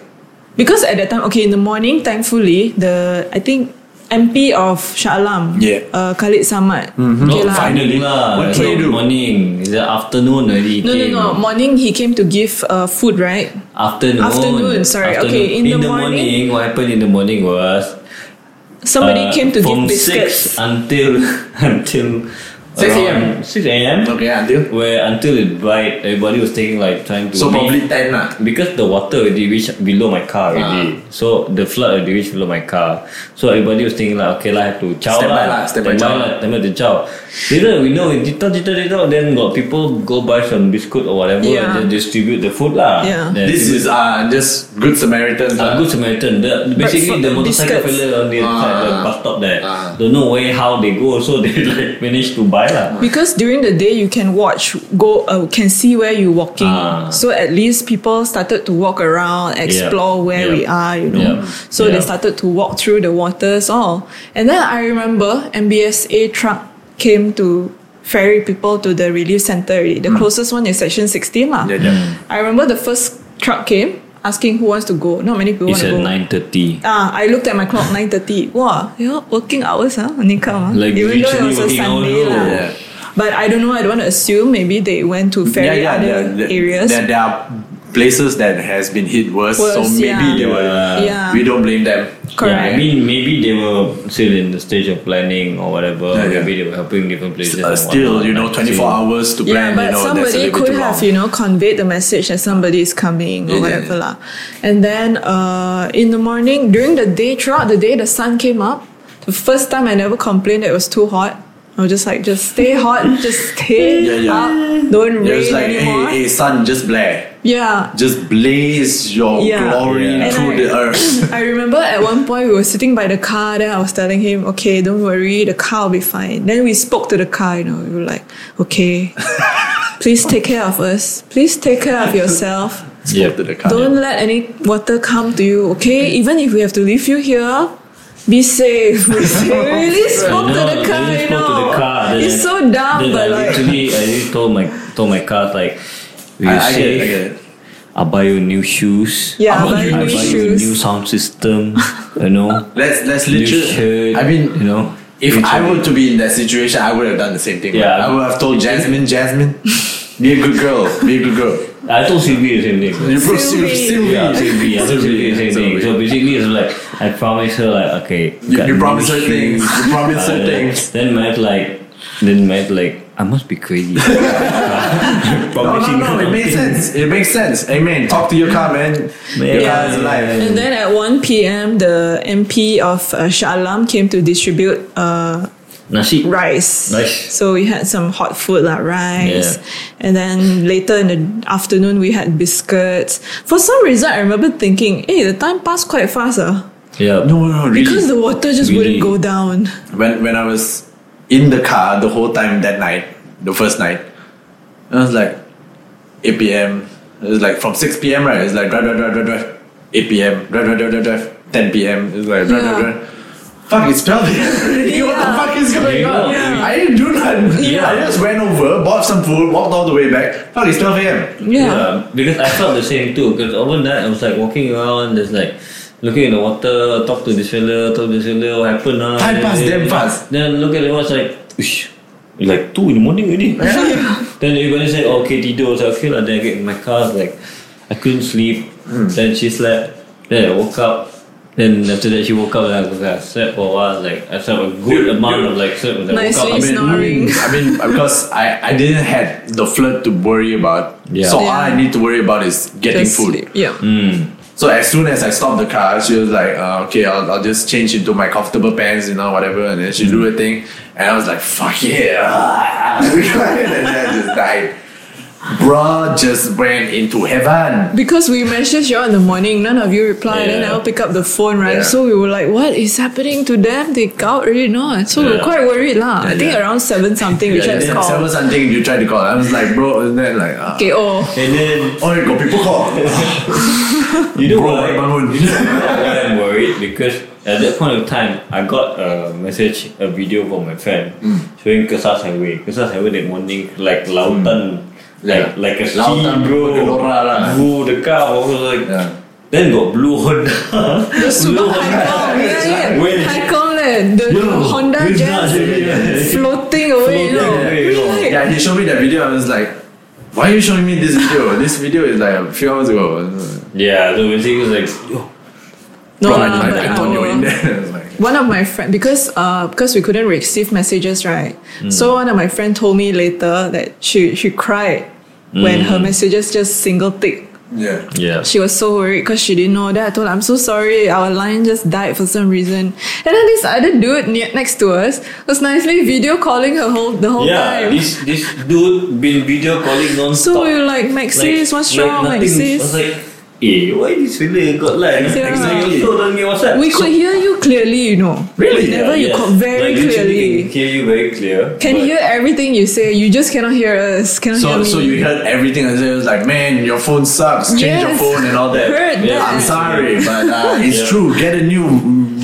Speaker 3: because at that time, okay, in the morning, thankfully, the I think MP of Shah Alam,
Speaker 2: Yeah.
Speaker 3: uh, Khalid
Speaker 1: Not
Speaker 3: Samad, okay lah.
Speaker 1: Mm-hmm. finally lah. It's
Speaker 2: What can
Speaker 1: not
Speaker 2: you do?
Speaker 1: Morning. It's the afternoon already.
Speaker 3: No, no,
Speaker 1: came.
Speaker 3: no. Morning, he came to give uh, food, right?
Speaker 1: Afternoon.
Speaker 3: Afternoon, sorry. Okay, in the morning-
Speaker 1: What happened in the morning was
Speaker 3: Somebody
Speaker 1: uh,
Speaker 3: came to
Speaker 1: from
Speaker 3: give biscuits.
Speaker 1: six until until
Speaker 2: 6 a.m..
Speaker 1: around Six a.m.
Speaker 2: Okay, until
Speaker 1: Where until it bright, everybody was taking like time to
Speaker 2: so
Speaker 1: leave.
Speaker 2: probably ten ah. lah.
Speaker 1: because the water already reached below my
Speaker 2: Ah.
Speaker 1: car already. So the flood already reached below my car. So everybody was thinking like, okay lah, have to chow
Speaker 2: Standby lah,
Speaker 1: lah,
Speaker 2: standby chow.
Speaker 1: lah, standby to chow. Later we know jitter jitter jitter. Then got people go buy some biscuit or whatever
Speaker 3: Yeah.
Speaker 1: and then distribute the food lah.
Speaker 3: Yeah.
Speaker 1: Then
Speaker 2: This is uh, just good Samaritans.
Speaker 1: a
Speaker 2: ah. lah.
Speaker 1: good Samaritan. The, basically,
Speaker 3: Breakfast-
Speaker 1: the motorcycle
Speaker 3: biscuits.
Speaker 1: fella on the other side, the
Speaker 2: Ah.
Speaker 1: bus stop there.
Speaker 2: Ah.
Speaker 1: Don't know where how they go, so they like managed to buy lah.
Speaker 3: Because during the day you can watch, go uh, can see where you're walking.
Speaker 1: Ah.
Speaker 3: So at least people started to walk around, explore where
Speaker 1: yeah.
Speaker 3: we are, you know.
Speaker 1: Yeah,
Speaker 3: So
Speaker 1: yeah.
Speaker 3: they started to walk through the waters all. And then I remember MBSA truck came to ferry people to the relief center. already. The closest one is section 16 lah.
Speaker 2: Yeah, yeah.
Speaker 3: I remember the first truck came. asking who wants to go. Not many people
Speaker 1: It's
Speaker 3: want
Speaker 1: at
Speaker 3: to go.
Speaker 1: nine thirty.
Speaker 3: Ah, I looked at my clock, 9.30. Wow, you know, working hours, huh? Nikah, huh?
Speaker 1: Like
Speaker 3: Even though it
Speaker 1: literally
Speaker 3: was a
Speaker 1: working hours,
Speaker 3: Sunday.
Speaker 1: no.
Speaker 3: lah.
Speaker 2: Yeah.
Speaker 3: But I don't know, I don't want to assume. Maybe they went to very other
Speaker 2: there-
Speaker 3: areas.
Speaker 2: There, there are places that has been hit worse, so
Speaker 3: Worse,
Speaker 2: maybe
Speaker 3: yeah.
Speaker 2: they were.
Speaker 3: Yeah.
Speaker 2: We don't blame them.
Speaker 3: Correct.
Speaker 1: Yeah, I mean, maybe they were still in the stage of planning or whatever.
Speaker 2: Yeah, yeah.
Speaker 1: Maybe they were helping different places. and
Speaker 2: Uh, still,
Speaker 1: whatnot,
Speaker 2: you know,
Speaker 1: like,
Speaker 2: 24
Speaker 1: still-
Speaker 2: hours to
Speaker 3: yeah,
Speaker 2: plan. you
Speaker 3: but
Speaker 2: know, that's a
Speaker 3: somebody
Speaker 2: little
Speaker 3: could
Speaker 2: bit
Speaker 3: have,
Speaker 2: long.
Speaker 3: you know, conveyed the message that somebody is coming
Speaker 2: Yeah,
Speaker 3: or
Speaker 2: yeah,
Speaker 3: whatever lah. And then uh, in the morning, during the day, throughout the day, the sun came up. The first time I never complained that it was too hot. I was just like, just stay hot, just stay
Speaker 2: Yeah, yeah.
Speaker 3: up, don't
Speaker 2: Yeah,
Speaker 3: rain
Speaker 2: it's like, hey,
Speaker 3: anymore.
Speaker 2: hey, sun, just blare.
Speaker 3: yeah,
Speaker 2: Just blaze your
Speaker 3: Yeah.
Speaker 2: glory
Speaker 1: Yeah.
Speaker 3: And
Speaker 2: through
Speaker 3: I-
Speaker 2: the earth.
Speaker 3: I remember at one point we were sitting by the car, then I was telling him, okay, don't worry, the car will be fine. Then we spoke to the car, you know, we were like, okay, please take care of us, please take care of yourself.
Speaker 1: Yeah.
Speaker 2: to the car.
Speaker 3: Don't let any water come to you, okay? Even if we have to leave you here, be safe. We really spoke to the
Speaker 1: No,
Speaker 3: car,
Speaker 1: they
Speaker 3: you
Speaker 1: just spoke to
Speaker 3: know.
Speaker 1: the car. Then I-
Speaker 3: It's so dumb,
Speaker 1: then
Speaker 3: but
Speaker 1: I
Speaker 3: like,
Speaker 1: literally, I literally told my told my car like, we
Speaker 2: I, I get it, I get
Speaker 1: safe.
Speaker 2: it.
Speaker 1: I'll buy you new shoes.
Speaker 3: Yeah,
Speaker 1: I'll
Speaker 3: buy you
Speaker 1: I'll
Speaker 3: new
Speaker 1: buy
Speaker 3: shoes.
Speaker 1: you new sound system. You know,
Speaker 2: Let's, let's
Speaker 1: new
Speaker 2: literally.
Speaker 1: shirt.
Speaker 2: I mean,
Speaker 1: you know,
Speaker 2: If
Speaker 1: new
Speaker 2: I
Speaker 1: shirt.
Speaker 2: were to be in that situation, I would have done the same thing.
Speaker 1: Yeah.
Speaker 2: I would have told Jasmine, Jasmine, be a good girl, be a good girl.
Speaker 1: I told Sylvie the same thing.
Speaker 2: You bro, Sylvie. Sylvie.
Speaker 3: Sylvie.
Speaker 1: Yeah, Sylvie. I told Sylvie the same thing.
Speaker 2: Sylvie.
Speaker 1: So basically, it's like I promised her like, okay,
Speaker 2: You,
Speaker 1: got
Speaker 2: you
Speaker 1: new
Speaker 2: promise her things.
Speaker 1: shoes.
Speaker 2: You promise her
Speaker 1: Uh,
Speaker 2: things.
Speaker 1: Then Matt like, then Matt like, I must be crazy.
Speaker 2: No, no, no. It makes sense. It makes sense. Amen. Talk to your car, man. Your car is
Speaker 1: Yeah.
Speaker 2: alive.
Speaker 3: And then at 1 p.m., the MP of uh, Shah Alam came to distribute uh,
Speaker 1: Nasi.
Speaker 3: rice.
Speaker 1: Rice.
Speaker 3: So we had some hot food like rice,
Speaker 1: Yeah.
Speaker 3: and then later in the afternoon we had biscuits. For some reason, I remember thinking, "Hey, the time passed quite fast, ah,
Speaker 1: Yeah.
Speaker 2: No, no, no, really.
Speaker 3: because the water just
Speaker 1: Really?
Speaker 3: wouldn't go down."
Speaker 2: when when I was in the car the whole time that night, the first night, I was like 8 p.m. It was like from 6 p.m. right? It's like drive, drive, drive, drive, drive. 8 p.m. Drive, drive, drive, drive, drive. 10 p.m. It's like drive, drive,
Speaker 3: Yeah.
Speaker 2: drive. Fuck, it's 12 p.m. already. What the
Speaker 3: Yeah.
Speaker 2: fuck is going
Speaker 1: Yeah.
Speaker 2: on?
Speaker 1: Yeah.
Speaker 2: I didn't do nothing.
Speaker 1: Yeah.
Speaker 2: I just went over, bought some food, walked all the way back. Fuck, it's 12 a.m.
Speaker 3: Yeah.
Speaker 1: because I felt the same too. Because overnight I was like walking around, just like looking in the water, talk to this fella, talk to this fella, what happened? Huh? Then-
Speaker 2: Time passed
Speaker 1: then-
Speaker 2: damn fast.
Speaker 1: Then look at the watch like, "Ush, it's like two in the morning already. then everybody said, oh, okay, Tido. I was like, okay, lah. then I get in my car, like I couldn't sleep. Then she slept. Then I woke up. Then after that she woke up and I was like, I slept for a while. Like I slept a good
Speaker 2: Dude,
Speaker 1: amount
Speaker 2: dude.
Speaker 1: of like sleep. and I
Speaker 3: Nice
Speaker 1: woke up.
Speaker 3: sleep. Snoring.
Speaker 2: I mean, because I, I didn't have the flood to worry about.
Speaker 1: Yeah.
Speaker 2: So all
Speaker 3: Yeah.
Speaker 2: I need to worry about is getting
Speaker 3: Just
Speaker 2: food. Mm.
Speaker 3: sleep. Yeah.
Speaker 2: So as soon as I stopped the car, she was like, uh, "Okay, I'll, I'll just change into my comfortable pants, you know, whatever." And then she do her thing, and I was like, "Fuck yeah!" ah." and then I just died. Bruh just went into heaven.
Speaker 3: Because we messaged y'all in the morning, none of you replied, and
Speaker 1: Yeah.
Speaker 3: I'll pick up the phone, right?
Speaker 2: Yeah.
Speaker 3: So we were like, "What is happening to them? They out already, not?" So we
Speaker 1: Yeah.
Speaker 3: we're quite worried, lah. I think
Speaker 2: yeah.
Speaker 3: around seven something, we
Speaker 2: Yeah,
Speaker 3: tried to
Speaker 2: then
Speaker 3: call.
Speaker 2: seven something you tried to call. I was like, "Bro," and then like, uh,
Speaker 3: Okay, oh,
Speaker 1: And then
Speaker 2: "Oh, you got people call."
Speaker 1: you know
Speaker 2: Bro,
Speaker 1: why?
Speaker 2: Bangun.
Speaker 1: You know why I'm worried because at that point of time, I got a message, a video from my friend
Speaker 2: Hmm.
Speaker 1: showing Kesas Highway. Kesas Highway that morning, like lautan, like
Speaker 2: Hmm. Yeah.
Speaker 1: like a sea,
Speaker 2: Lautan
Speaker 1: bro.
Speaker 2: bergelora lah.
Speaker 1: Bro, the car was like.
Speaker 2: Yeah.
Speaker 1: Then got blue Honda.
Speaker 3: the
Speaker 1: Blue
Speaker 3: super Haikong, yeah, yeah,
Speaker 1: Wait.
Speaker 3: Haikong, leh, the
Speaker 1: Yo,
Speaker 3: Honda
Speaker 1: it's
Speaker 3: Jazz.
Speaker 1: nuts, eh?
Speaker 3: floating away, you know.
Speaker 1: Floating away, you know.
Speaker 3: Really, like,
Speaker 2: yeah, he showed me that video. I was like, "Why are you showing me this video? this video is like a few hours ago."
Speaker 1: Yeah, so basically it was like, yo,
Speaker 3: no,
Speaker 2: Bro,
Speaker 3: no,
Speaker 2: I, I,
Speaker 3: but
Speaker 2: I thought you were in
Speaker 3: our-
Speaker 2: there. I was like,
Speaker 3: One of my friend because uh because we couldn't receive messages right, so one of my friend told me later that she she cried when her messages just single tick.
Speaker 2: yeah.
Speaker 1: yeah.
Speaker 3: She was so worried because she didn't know. Then I told her, I'm so sorry, our line just died for some reason. And then this other dude ne- next to us was nicely video calling her whole the whole
Speaker 1: Yeah,
Speaker 3: time.
Speaker 1: this this dude been video calling non-stop.
Speaker 3: So we were like, Maxis, what's wrong,
Speaker 1: nothing- I was
Speaker 3: Maxis?
Speaker 1: like, eh, why this fella got like?
Speaker 3: Yeah.
Speaker 1: Exactly. So don't get WhatsApp.
Speaker 3: We
Speaker 1: So-
Speaker 3: could hear you clearly, you know.
Speaker 2: Really?
Speaker 3: Whenever
Speaker 1: yes.
Speaker 3: you call very
Speaker 1: Like, literally Can
Speaker 3: clearly.
Speaker 1: hear you very clear.
Speaker 3: Can
Speaker 1: but-
Speaker 3: hear everything you say. You just cannot hear us. Cannot
Speaker 2: So,
Speaker 3: hear me.
Speaker 2: so you heard everything and it was like, man, your phone sucks. Change your
Speaker 3: Yes.
Speaker 2: phone and all that.
Speaker 3: Heard
Speaker 1: Yeah.
Speaker 2: I'm
Speaker 3: that.
Speaker 2: sorry, but uh, it's
Speaker 1: Yeah.
Speaker 2: true. Get a new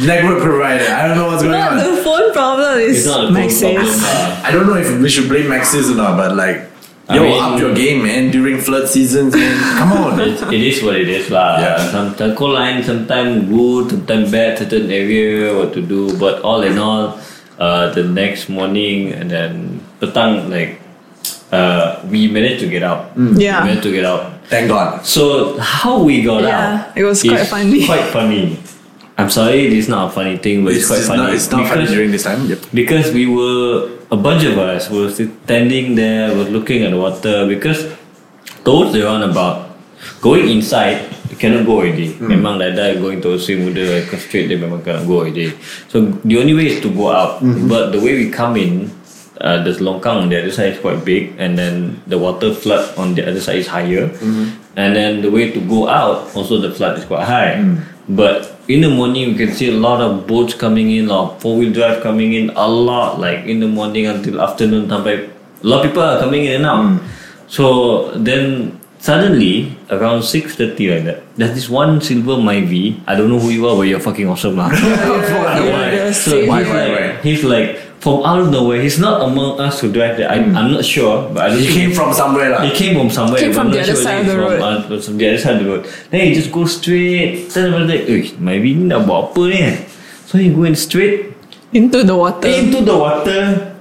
Speaker 2: network provider. I don't know what's going on.
Speaker 3: Not the phone problem
Speaker 1: It's
Speaker 3: is
Speaker 1: not a phone
Speaker 3: Maxis.
Speaker 1: problem. uh, lah.
Speaker 2: I don't know if we should blame Maxis or not, but like,
Speaker 1: I
Speaker 2: Yo,
Speaker 1: mean-
Speaker 2: up your game, man. During flood seasons, man. Come on.
Speaker 1: It, it is what it is lah.
Speaker 2: Yeah.
Speaker 1: Some telco line sometimes good, sometimes bad. Certain area what to do, but all in all, uh, the next morning and then petang like, uh, we managed to get out.
Speaker 3: Mm. Yeah.
Speaker 1: we managed to get out.
Speaker 2: Thank God.
Speaker 1: So how we got
Speaker 3: Yeah,
Speaker 1: out?
Speaker 3: it was quite
Speaker 1: is
Speaker 3: funny.
Speaker 1: Quite funny. I'm sorry, it's not a funny thing, but it's, quite funny.
Speaker 2: Not, it's not funny
Speaker 1: because,
Speaker 2: during this time. Yep.
Speaker 1: because we were a bunch of us were standing there, were looking at the water because those around about going inside you cannot go already.
Speaker 2: Hmm.
Speaker 1: Memang dah dah going to swim muda ke straight dia memang cannot go already. So the only way is to go up.
Speaker 2: Hmm.
Speaker 1: But the way we come in, uh, there's longkang on the other side is quite big, and then the water flood on the other side is higher, and then the way to go out also the flood is quite high. But in the morning you can see a lot of boats coming in, a lot of four wheel drive coming in, a lot like in the morning until afternoon sampai a lot of people are coming in and out. So then suddenly around 6.30 like that there's this one silver Myvi I don't know who you are but you're fucking awesome lah
Speaker 3: Yeah, yeah,
Speaker 1: so
Speaker 3: same.
Speaker 1: he's,
Speaker 2: Why,
Speaker 1: like,
Speaker 2: why, why?
Speaker 1: he's like from out of nowhere he's not among us who drive there I, I'm not sure but I don't
Speaker 2: He
Speaker 1: think
Speaker 2: came from somewhere,
Speaker 1: he
Speaker 2: lah.
Speaker 1: came from somewhere
Speaker 3: Came
Speaker 1: but
Speaker 3: from
Speaker 1: I'm
Speaker 3: the
Speaker 1: not
Speaker 3: other
Speaker 1: sure
Speaker 3: side
Speaker 1: whether
Speaker 3: of the
Speaker 1: he's from, uh, from the other side of the road then he just goes straight then I'm like "Eh, Myvi ni nak buat apa ni so he went straight
Speaker 3: Into the water.
Speaker 1: into the water,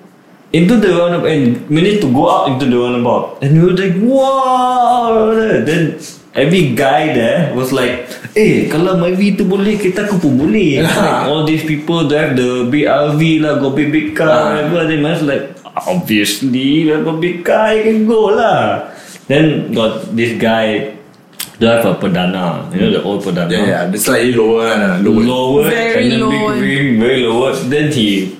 Speaker 1: into the roundabout, and we need to go out into the roundabout. And we were like, wow! Then every guy there was like, eh, kalau maybe tu boleh, kita aku pun boleh. like, all these people drive the BRV lah, go big big car, whatever. They must like, obviously, lah, go big car, you can go lah. Then got this guy drive a Perdana, you know the old Perdana
Speaker 2: Yeah, yeah. It's slightly lower. Uh, lower.
Speaker 1: Uh-huh. lower
Speaker 3: Very
Speaker 1: and then
Speaker 3: low
Speaker 1: big
Speaker 3: one.
Speaker 1: rim, very lower. Then he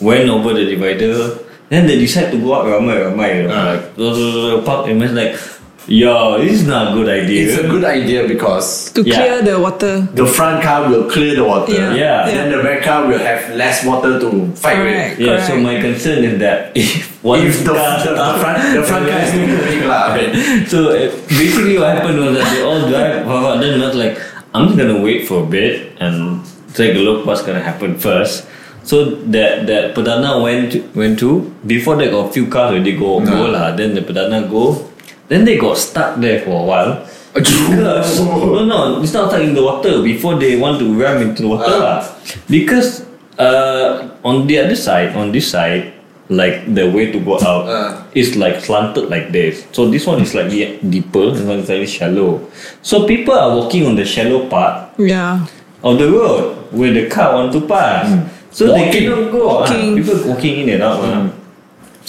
Speaker 1: went over the divider. Then they decide to go up ramai ramai. You know,
Speaker 2: Ah.
Speaker 1: Like so, so, so, park and was like, yo, this is not a good idea.
Speaker 2: It's a good idea because
Speaker 3: to
Speaker 1: Yeah.
Speaker 3: clear the water.
Speaker 2: the front car will clear the water.
Speaker 3: Yeah.
Speaker 1: Yeah.
Speaker 2: Then the back car will have less water to fight
Speaker 3: Correct.
Speaker 1: yeah. So
Speaker 3: Correct.
Speaker 1: my concern is that if one
Speaker 2: with. If the,
Speaker 1: car
Speaker 2: the, the front the front car is too big, lah. I mean,
Speaker 1: so uh, basically what happened was that they all drive Baba then was like I'm just gonna wait for a bit and take a look what's gonna happen first so that that Padana went went to before they got a few cars already go go lah then the Padana go then they got stuck there for a while because no no it's not stuck in the water before they want to ram into the water lah because uh, on the other side on this side like the way to go out
Speaker 2: Ah.
Speaker 1: is like slanted like this. So this one is slightly deeper, this one is slightly shallow. So people are walking on the shallow part
Speaker 3: Yeah.
Speaker 1: of the road where the car want to pass. So they
Speaker 2: Walking.
Speaker 1: cannot go. ah.
Speaker 3: Walking.
Speaker 1: People walking in and out. ah.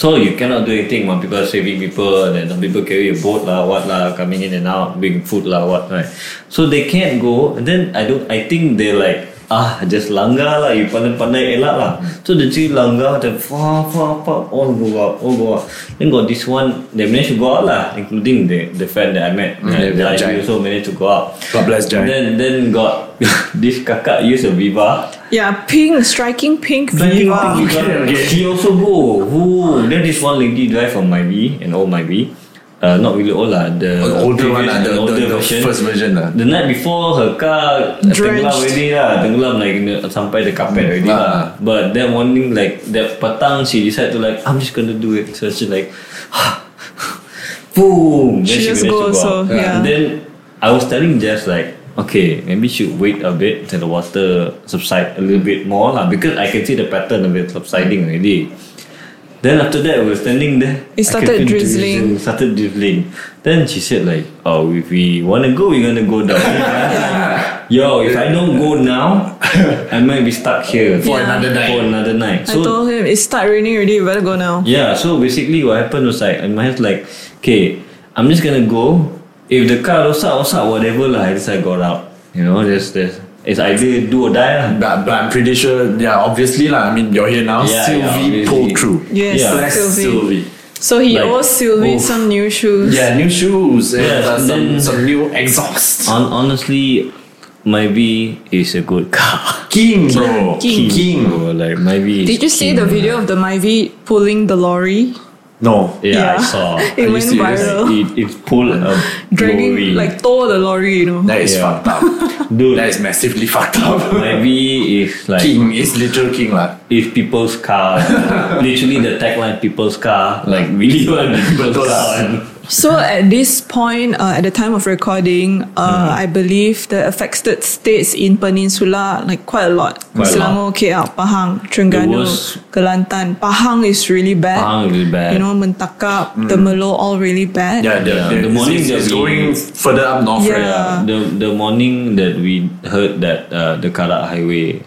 Speaker 1: So you cannot do anything when people are saving people and then some people carry a boat lah, what lah, coming in and out, bring food lah, what right. So they can't go. And then I don't. I think they like ah just langgar lah, you pandai-pandai elak lah. So the three langgar the far far far all go out, all go out. Then got this one, they managed to go out lah, including the the friend that I met.
Speaker 2: yeah,
Speaker 1: that I
Speaker 2: Jai.
Speaker 1: also managed to go out.
Speaker 2: God bless Jai.
Speaker 1: Then then got this kakak use a Viva.
Speaker 3: Yeah, pink, striking pink
Speaker 1: Viva.
Speaker 3: Viva.
Speaker 1: She also go. Who? Then this one lady drive from my V and old my V. Uh, not really old lah. The
Speaker 2: the older one,
Speaker 1: previous
Speaker 2: lah, the,
Speaker 1: and
Speaker 2: the,
Speaker 1: older
Speaker 2: the, first version. lah.
Speaker 1: The night before her car uh, tenggelam
Speaker 3: Drenched.
Speaker 1: already lah, tenggelam like in the- sampai the carpet already
Speaker 2: Ah.
Speaker 1: lah. But that morning like that petang she decided to like I'm just gonna do it. So she like boom. Then
Speaker 3: She just
Speaker 1: managed
Speaker 3: go
Speaker 1: to
Speaker 3: also,
Speaker 1: out.
Speaker 3: yeah.
Speaker 1: And then I was telling Jess like okay maybe should wait a bit till the water subside a little bit more lah because I can see the pattern of it subsiding already. Then after that, we were standing there. I
Speaker 3: It
Speaker 1: kept
Speaker 3: started
Speaker 1: on
Speaker 3: drizzling.
Speaker 1: Started drizzling. Then she said like, "Oh, if we wanna go, we're gonna go down." Yo, if I don't go now, I might be stuck here
Speaker 2: For another night.
Speaker 1: For another night.
Speaker 3: I told him it start raining already, you better go now.
Speaker 1: Yeah, so basically what happened was like in my head like, okay, I'm just gonna go. If the car rosak rosak whatever lah, I just I got out. You know, there's there's it's either do or die lah.
Speaker 2: But, but I'm pretty sure, yeah, obviously, lah. I mean, you're here now.
Speaker 1: Yeah, yeah,
Speaker 2: Sylvie
Speaker 1: obviously.
Speaker 2: pulled through.
Speaker 3: Yes,
Speaker 1: Yeah.
Speaker 2: Bless
Speaker 3: Sylvie.
Speaker 2: Sylvie.
Speaker 3: So he
Speaker 1: Like,
Speaker 3: owes Sylvie
Speaker 1: oof.
Speaker 3: some new shoes.
Speaker 2: Yeah, new shoes and
Speaker 1: Yes,
Speaker 2: uh, some,
Speaker 1: then- Uh,
Speaker 2: some new exhaust.
Speaker 1: Hon- honestly, my V is a good car.
Speaker 2: King, bro.
Speaker 3: King.
Speaker 2: King.
Speaker 1: Or like maybe.
Speaker 3: Did you see the video of the Myvi pulling the lorry?
Speaker 2: No.
Speaker 1: Yeah, I
Speaker 3: Yeah.
Speaker 1: saw. Are you
Speaker 3: It went
Speaker 1: serious?
Speaker 3: viral.
Speaker 1: It, it pulled a
Speaker 3: Dragging
Speaker 1: lorry.
Speaker 3: like tow the lorry, you know.
Speaker 2: That is
Speaker 1: Yeah.
Speaker 2: fucked up.
Speaker 1: Dude,
Speaker 2: that is massively fucked up.
Speaker 1: maybe if like
Speaker 2: king is literal king lah.
Speaker 1: if people's car, literally the tagline "people's car," like really want people's
Speaker 2: Betul
Speaker 1: car.
Speaker 2: lah.
Speaker 1: and-
Speaker 3: So at this point, uh, at the time of recording, uh,
Speaker 1: Hmm.
Speaker 3: I believe the affected states in Peninsula like quite a lot.
Speaker 1: Quite a
Speaker 3: Selangor, KL, Pahang, Terengganu,
Speaker 1: worst-
Speaker 3: Kelantan. Pahang is really bad.
Speaker 1: Pahang is bad.
Speaker 3: Eh,
Speaker 1: Hmm.
Speaker 3: You know, Mentakap, Temerloh, all really bad.
Speaker 2: Yeah, the,
Speaker 1: Yeah,
Speaker 2: the,
Speaker 1: the morning
Speaker 2: it's, it's
Speaker 1: that we-
Speaker 2: going further up north. right?
Speaker 3: Yeah.
Speaker 1: the the morning that we heard that uh, the Karak Highway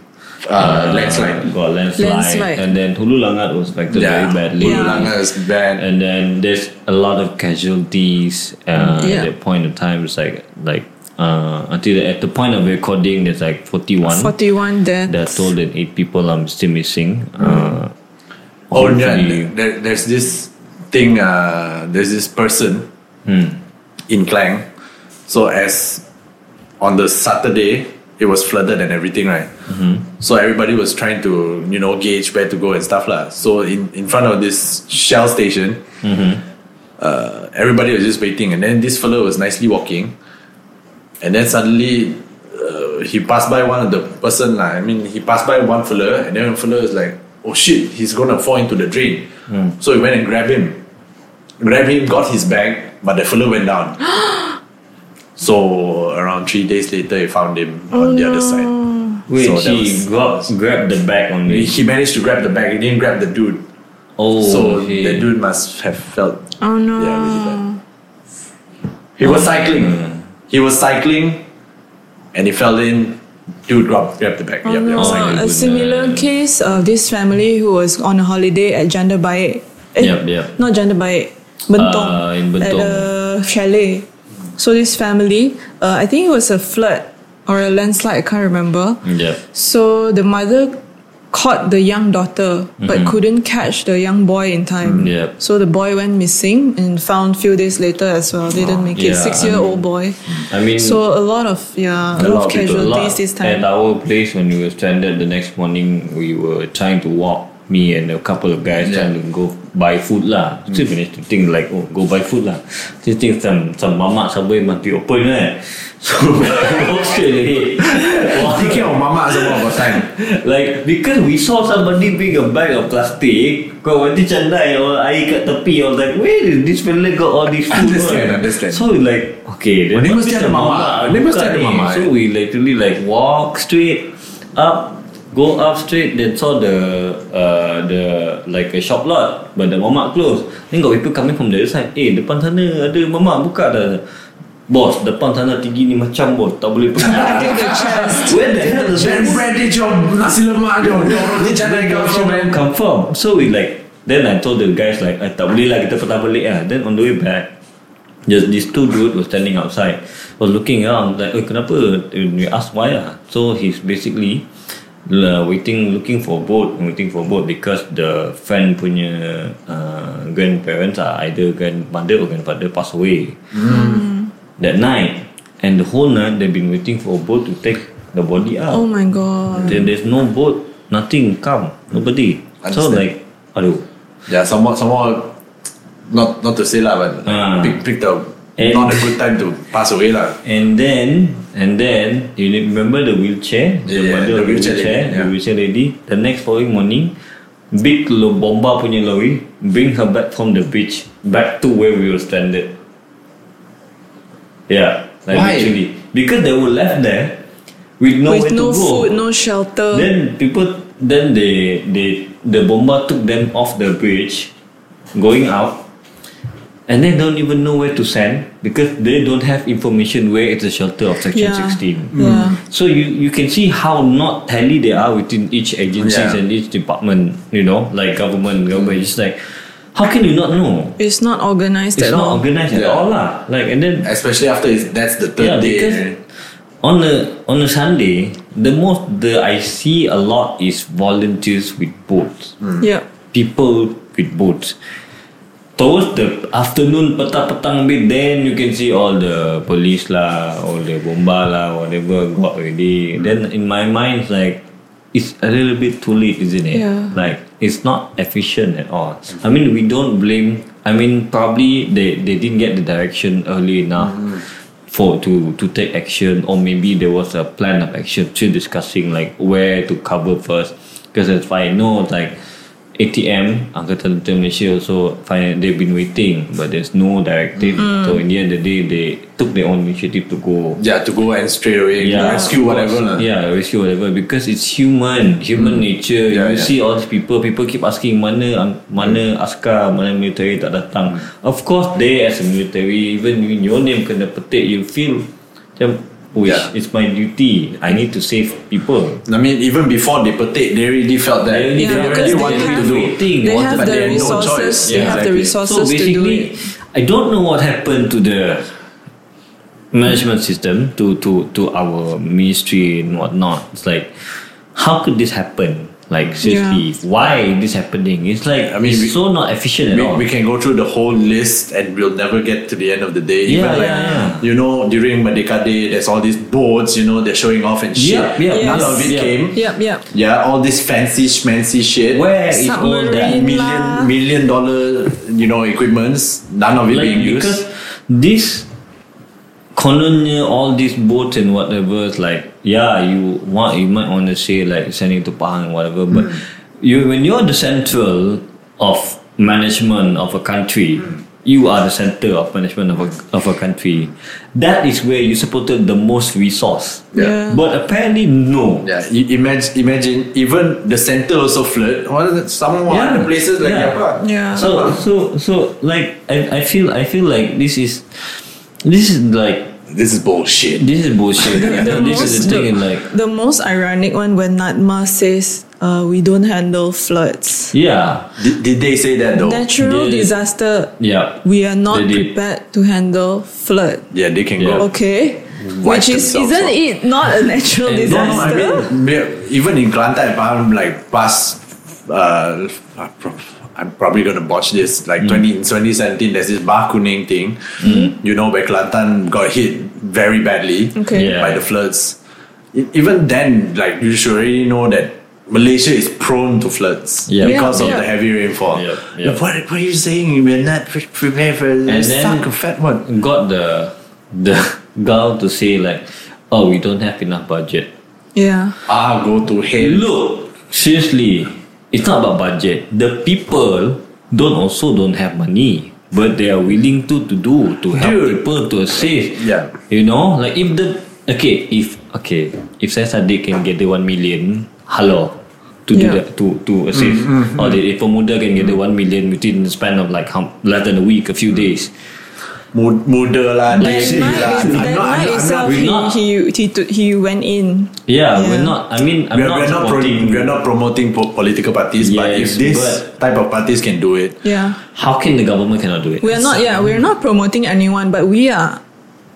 Speaker 2: Uh, landslide.
Speaker 1: got landslide,
Speaker 3: Landslide.
Speaker 1: and then Hulu Langat was affected
Speaker 2: Yeah.
Speaker 1: very badly.
Speaker 2: Hulu Langat is bad.
Speaker 1: and then there's a lot of casualties uh,
Speaker 3: Yeah.
Speaker 1: at that point of time. It's like like uh, until the, at the point of recording, there's like 41.
Speaker 3: 41 dead.
Speaker 1: They're told that eight people are still missing. Uh,
Speaker 2: Oh
Speaker 1: hopefully-
Speaker 2: yeah, there, there's this thing. Uh, there's this person in Klang. So as on the Saturday, it was flooded and everything, right? So everybody was trying to you know gauge where to go and stuff lah. So in in front of this shell station, uh, everybody was just waiting, and then this fellow was nicely walking, and then suddenly. Uh, he passed by one of the person lah. I mean, he passed by one fella, and then one fella was like, "Oh shit, he's gonna fall into the drain."
Speaker 1: Hmm.
Speaker 2: So he went and grabbed him, grabbed him, got his bag, but the fella went down. so around three days later, he found him on the other side.
Speaker 1: Wait,
Speaker 2: So that
Speaker 1: he
Speaker 2: was-
Speaker 1: got grabbed the bag
Speaker 2: He-
Speaker 1: only.
Speaker 2: He managed to grab the bag. He didn't grab the dude.
Speaker 1: Oh,
Speaker 2: so
Speaker 1: okay. Ah.
Speaker 2: the dude must have felt
Speaker 3: Oh no.
Speaker 2: yeah really bad. He was
Speaker 1: Hmm.
Speaker 2: cycling. He was cycling, and he fell in. Dude grabbed, grabbed the bag.
Speaker 3: Oh,
Speaker 2: Yup, yup,
Speaker 1: my
Speaker 3: no. a
Speaker 1: goodness.
Speaker 3: similar case of this family who was on a holiday at Jandabaye. Eh,
Speaker 1: Yep, yep.
Speaker 3: Not Jandabaye, Bentong.
Speaker 1: Uh, in Bentong.
Speaker 3: At a chalet. So this family, uh, I think it was a flood or a landslide, I can't remember.
Speaker 1: Yeah.
Speaker 3: So the mother caught the young daughter but couldn't catch the young boy in time.
Speaker 1: Mm-hmm. Mm, Yep.
Speaker 3: So the boy went missing and found few days later as well. They didn't make it.
Speaker 1: Oh, Yeah, I
Speaker 3: Six year old boy.
Speaker 1: I mean,
Speaker 3: So a lot of yeah, a, lot, of
Speaker 1: people- a
Speaker 3: casualties
Speaker 1: lot.
Speaker 3: this time.
Speaker 1: At our place, when we were stranded, the next morning we were trying to walk. Me and a couple of guys
Speaker 2: Yeah. Hmm.
Speaker 1: trying to go buy food lah. Still managed to think like, oh, go buy food lah. Still think some some mamak subway must be open eh. So go straight ahead. Walk
Speaker 2: Thinking of mama some more about time.
Speaker 1: Like because we saw somebody bring a bag of plastic, kau nanti candai or air kat tepi or like where did this fella got all this food?
Speaker 2: Understand,
Speaker 1: all?
Speaker 2: understand.
Speaker 1: So we like okay,
Speaker 2: Well,
Speaker 1: then
Speaker 2: they must
Speaker 1: must
Speaker 2: have
Speaker 1: be
Speaker 2: mama.
Speaker 1: mama.
Speaker 2: They must
Speaker 1: Bukan
Speaker 2: have the
Speaker 1: ni.
Speaker 2: mama,
Speaker 1: So
Speaker 2: eh.
Speaker 1: we literally like walk straight up, go up straight, then saw the uh, the like a shop lot, but the mamak close. Then got people coming from the other side. Eh, depan sana ada mamak buka dah. Bos, depan sana tinggi ni macam bos, tak boleh pergi.
Speaker 3: Until the chest.
Speaker 1: Where the hell is that?
Speaker 2: Then where did your nasi lemak your your
Speaker 1: Where
Speaker 2: go
Speaker 1: does
Speaker 2: from?
Speaker 1: your come from? So we like, then I told the guys like, eh, tak boleh lah kita patah balik lah. Then on the way back, just these two dude was standing outside, was looking around like, eh kenapa? And we asked why lah. So he's basically uh, waiting, looking for boat, waiting for boat because the friend punya uh, grandparents are either grandmother or grandfather pass away that night. And the whole night they've been waiting for a boat to take the body out.
Speaker 3: Oh my god.
Speaker 1: Then there's no boat, nothing come, nobody. So
Speaker 2: Understand.
Speaker 1: like, aduh.
Speaker 2: Yeah, Ya, somewhat, somewhat. Not, not to say lah, but like,
Speaker 1: Ah.
Speaker 2: pick, picked up.
Speaker 1: And-
Speaker 2: not a good time to pass away lah.
Speaker 1: And then, and then, you remember the wheelchair?
Speaker 2: Yeah, yeah,
Speaker 1: mother
Speaker 2: the
Speaker 1: of
Speaker 2: wheelchair lady,
Speaker 1: The
Speaker 2: yeah.
Speaker 1: wheelchair lady. The next following morning, big lo- bomba punya lorry bring her back from the beach back to where we were stranded. Yeah, like
Speaker 2: Why?
Speaker 1: literally. Because they were left there with nowhere
Speaker 3: With
Speaker 1: to go.
Speaker 3: no food, no shelter.
Speaker 1: Then people, then they, they, the bomba took them off the bridge, going out, and they don't even know where to send because they don't have information where it's a shelter of Section
Speaker 3: Yeah.
Speaker 1: 16.
Speaker 3: Yeah.
Speaker 1: So you, you can see how not tally they are within each agencies
Speaker 2: Yeah. Hmm.
Speaker 1: and each department, you know, like government, government. It's like, how can you not know?
Speaker 3: It's not organized
Speaker 1: It's
Speaker 3: at
Speaker 1: not
Speaker 3: all.
Speaker 1: organized at
Speaker 2: Yeah.
Speaker 1: all, lah. Like, and then
Speaker 2: Especially after it's, that's the
Speaker 1: yeah,
Speaker 2: third
Speaker 1: because
Speaker 2: day.
Speaker 1: on a on a Sunday, the most the I see a lot is volunteers with boats,
Speaker 3: yeah.
Speaker 1: people with boats. Towards the afternoon, petang petang bit, then you can see all the police lah, all the bomba lah, whatever got already. Then in my mind, it's like it's a little bit too late, isn't it?
Speaker 3: Yeah.
Speaker 1: Like it's not efficient at all. I mean, we don't blame. I mean, probably they, they didn't get the direction early enough for to to take action, or maybe there was a plan of action. Still discussing like where to cover first, because as I know, like ATM Angkatan Tentera Malaysia also find they've been waiting, but there's no directive. So in the end of the day, they took their own initiative to go
Speaker 2: Yeah, to go and straight away yeah, rescue whatever. lah. Hmm.
Speaker 1: yeah, rescue whatever because it's human, human nature.
Speaker 2: Yeah,
Speaker 1: you
Speaker 2: yeah. Hmm.
Speaker 1: see all these people, people keep asking mana ang- mana askar, mana military tak datang. Of course, they as a military, even when your name kena petik, you feel macam, wish
Speaker 2: Yeah.
Speaker 1: it's my duty. I need to save people.
Speaker 2: I mean, even before they petik, they already felt that
Speaker 1: They already-
Speaker 2: they
Speaker 3: Yeah, because
Speaker 2: already
Speaker 3: they
Speaker 2: wanted to
Speaker 3: have-
Speaker 2: do.
Speaker 1: Waiting,
Speaker 3: They
Speaker 1: wanted-
Speaker 3: have
Speaker 2: but
Speaker 3: the
Speaker 2: they had no
Speaker 3: resources.
Speaker 2: choice.
Speaker 3: They
Speaker 2: Yeah,
Speaker 3: have the
Speaker 2: exactly.
Speaker 1: So
Speaker 3: resources to do
Speaker 1: basically,
Speaker 3: it.
Speaker 1: I don't know what happened to the management system, to to to our ministry and whatnot. It's like, how could this happen? Like seriously, why this happening? It's like
Speaker 2: I mean,
Speaker 1: it's
Speaker 2: we-
Speaker 1: so not efficient at
Speaker 2: We,
Speaker 1: all.
Speaker 2: we can go through the whole list and we'll never get to the end of the day.
Speaker 1: Yeah,
Speaker 2: Even like,
Speaker 1: yeah, yeah.
Speaker 2: you know, during Merdeka Day, there's all these boards, you know, they're showing off and shit.
Speaker 1: Yeah, yeah.
Speaker 2: None
Speaker 3: Yes.
Speaker 2: of it
Speaker 1: Yeah.
Speaker 2: came.
Speaker 3: Yep, yep.
Speaker 2: Yeah, all this fancy schmancy shit.
Speaker 1: Where is all that?
Speaker 3: Submarine. lah.
Speaker 2: Million, million dollar, you know, equipments. None of
Speaker 1: Like
Speaker 2: it being used.
Speaker 1: because this colonial, all these boats and whatever, it's like yeah, you want you might want to say like sending to Pahang and whatever, but you when you're the central of management of a country, you are the center of management of a of a country. That is where you supported the most resource.
Speaker 3: Yeah.
Speaker 1: But apparently no.
Speaker 2: Yeah, i- imagine, imagine even the center also flood. What is it? Some
Speaker 1: Yeah.
Speaker 2: other places like
Speaker 1: Yeah.
Speaker 2: apa?
Speaker 3: Yeah.
Speaker 1: so so so like I, I feel I feel like this is this is like
Speaker 2: This is bullshit.
Speaker 1: This is bullshit. this is the thing, like,
Speaker 3: the most ironic one when Natma says, uh, "We don't handle floods,
Speaker 1: yeah,
Speaker 2: Did, did they say that though?
Speaker 3: natural
Speaker 1: They-
Speaker 3: disaster.
Speaker 1: yeah.
Speaker 3: We are not
Speaker 1: They did.
Speaker 3: prepared to handle flood."
Speaker 2: yeah, they can
Speaker 1: Yeah.
Speaker 2: go.
Speaker 3: Okay,
Speaker 2: Wipe
Speaker 3: which is
Speaker 2: themselves
Speaker 3: isn't
Speaker 2: out.
Speaker 3: it not a natural
Speaker 1: And
Speaker 2: No, no, I
Speaker 3: disaster?
Speaker 2: mean, me- even in Kelantan, if I'm like past, uh, I'm prob- I'm probably gonna botch this. Like
Speaker 1: Mm.
Speaker 2: 20 in 2017, there's this Bah Kuning thing, you know, where Kelantan got hit very badly
Speaker 3: Okay.
Speaker 1: Yeah.
Speaker 2: by the floods. E- Even then, like you should already know that Malaysia is prone to floods
Speaker 1: Yeah.
Speaker 2: because
Speaker 3: Yeah,
Speaker 2: of the
Speaker 3: yeah.
Speaker 2: heavy rainfall.
Speaker 1: Yeah, yeah.
Speaker 2: What, what are you saying? We're not pre- prepared for
Speaker 1: And
Speaker 2: this
Speaker 1: then-
Speaker 2: fucking fat one.
Speaker 1: Got the the girl to say like, oh, we don't have enough budget.
Speaker 3: yeah.
Speaker 2: Ah, go to hell.
Speaker 1: Look, seriously, it's not about budget. The people don't also don't have money, but they are willing to to do to help
Speaker 2: Dude.
Speaker 1: people to assist.
Speaker 2: Yeah.
Speaker 1: you know, like if the okay if okay if Said Sadiq can get the one million, hello. To do
Speaker 3: Yeah.
Speaker 1: that, to to assist,
Speaker 2: Mm-hmm,
Speaker 1: or the if a Muda can get the one million within the span of like hum, less than a week, a few days.
Speaker 2: Mu- Muda lah,
Speaker 3: That
Speaker 2: lazy
Speaker 3: night,
Speaker 2: lah.
Speaker 3: that
Speaker 2: I'm not-
Speaker 3: night
Speaker 2: I'm- I'm not
Speaker 3: itself,
Speaker 1: we're not-
Speaker 3: he, he, he, took- he went in.
Speaker 1: Yeah,
Speaker 3: Yeah.
Speaker 1: we're not. I mean, I'm
Speaker 2: we're,
Speaker 1: not
Speaker 2: we're not pro-
Speaker 1: supporting.
Speaker 2: we're not promoting po- political parties, but
Speaker 1: Yes,
Speaker 2: if this
Speaker 1: but-
Speaker 2: type of parties can do it,
Speaker 3: Yeah.
Speaker 1: How can the government cannot do it?
Speaker 3: We're not, yeah, we're not promoting anyone, but we are,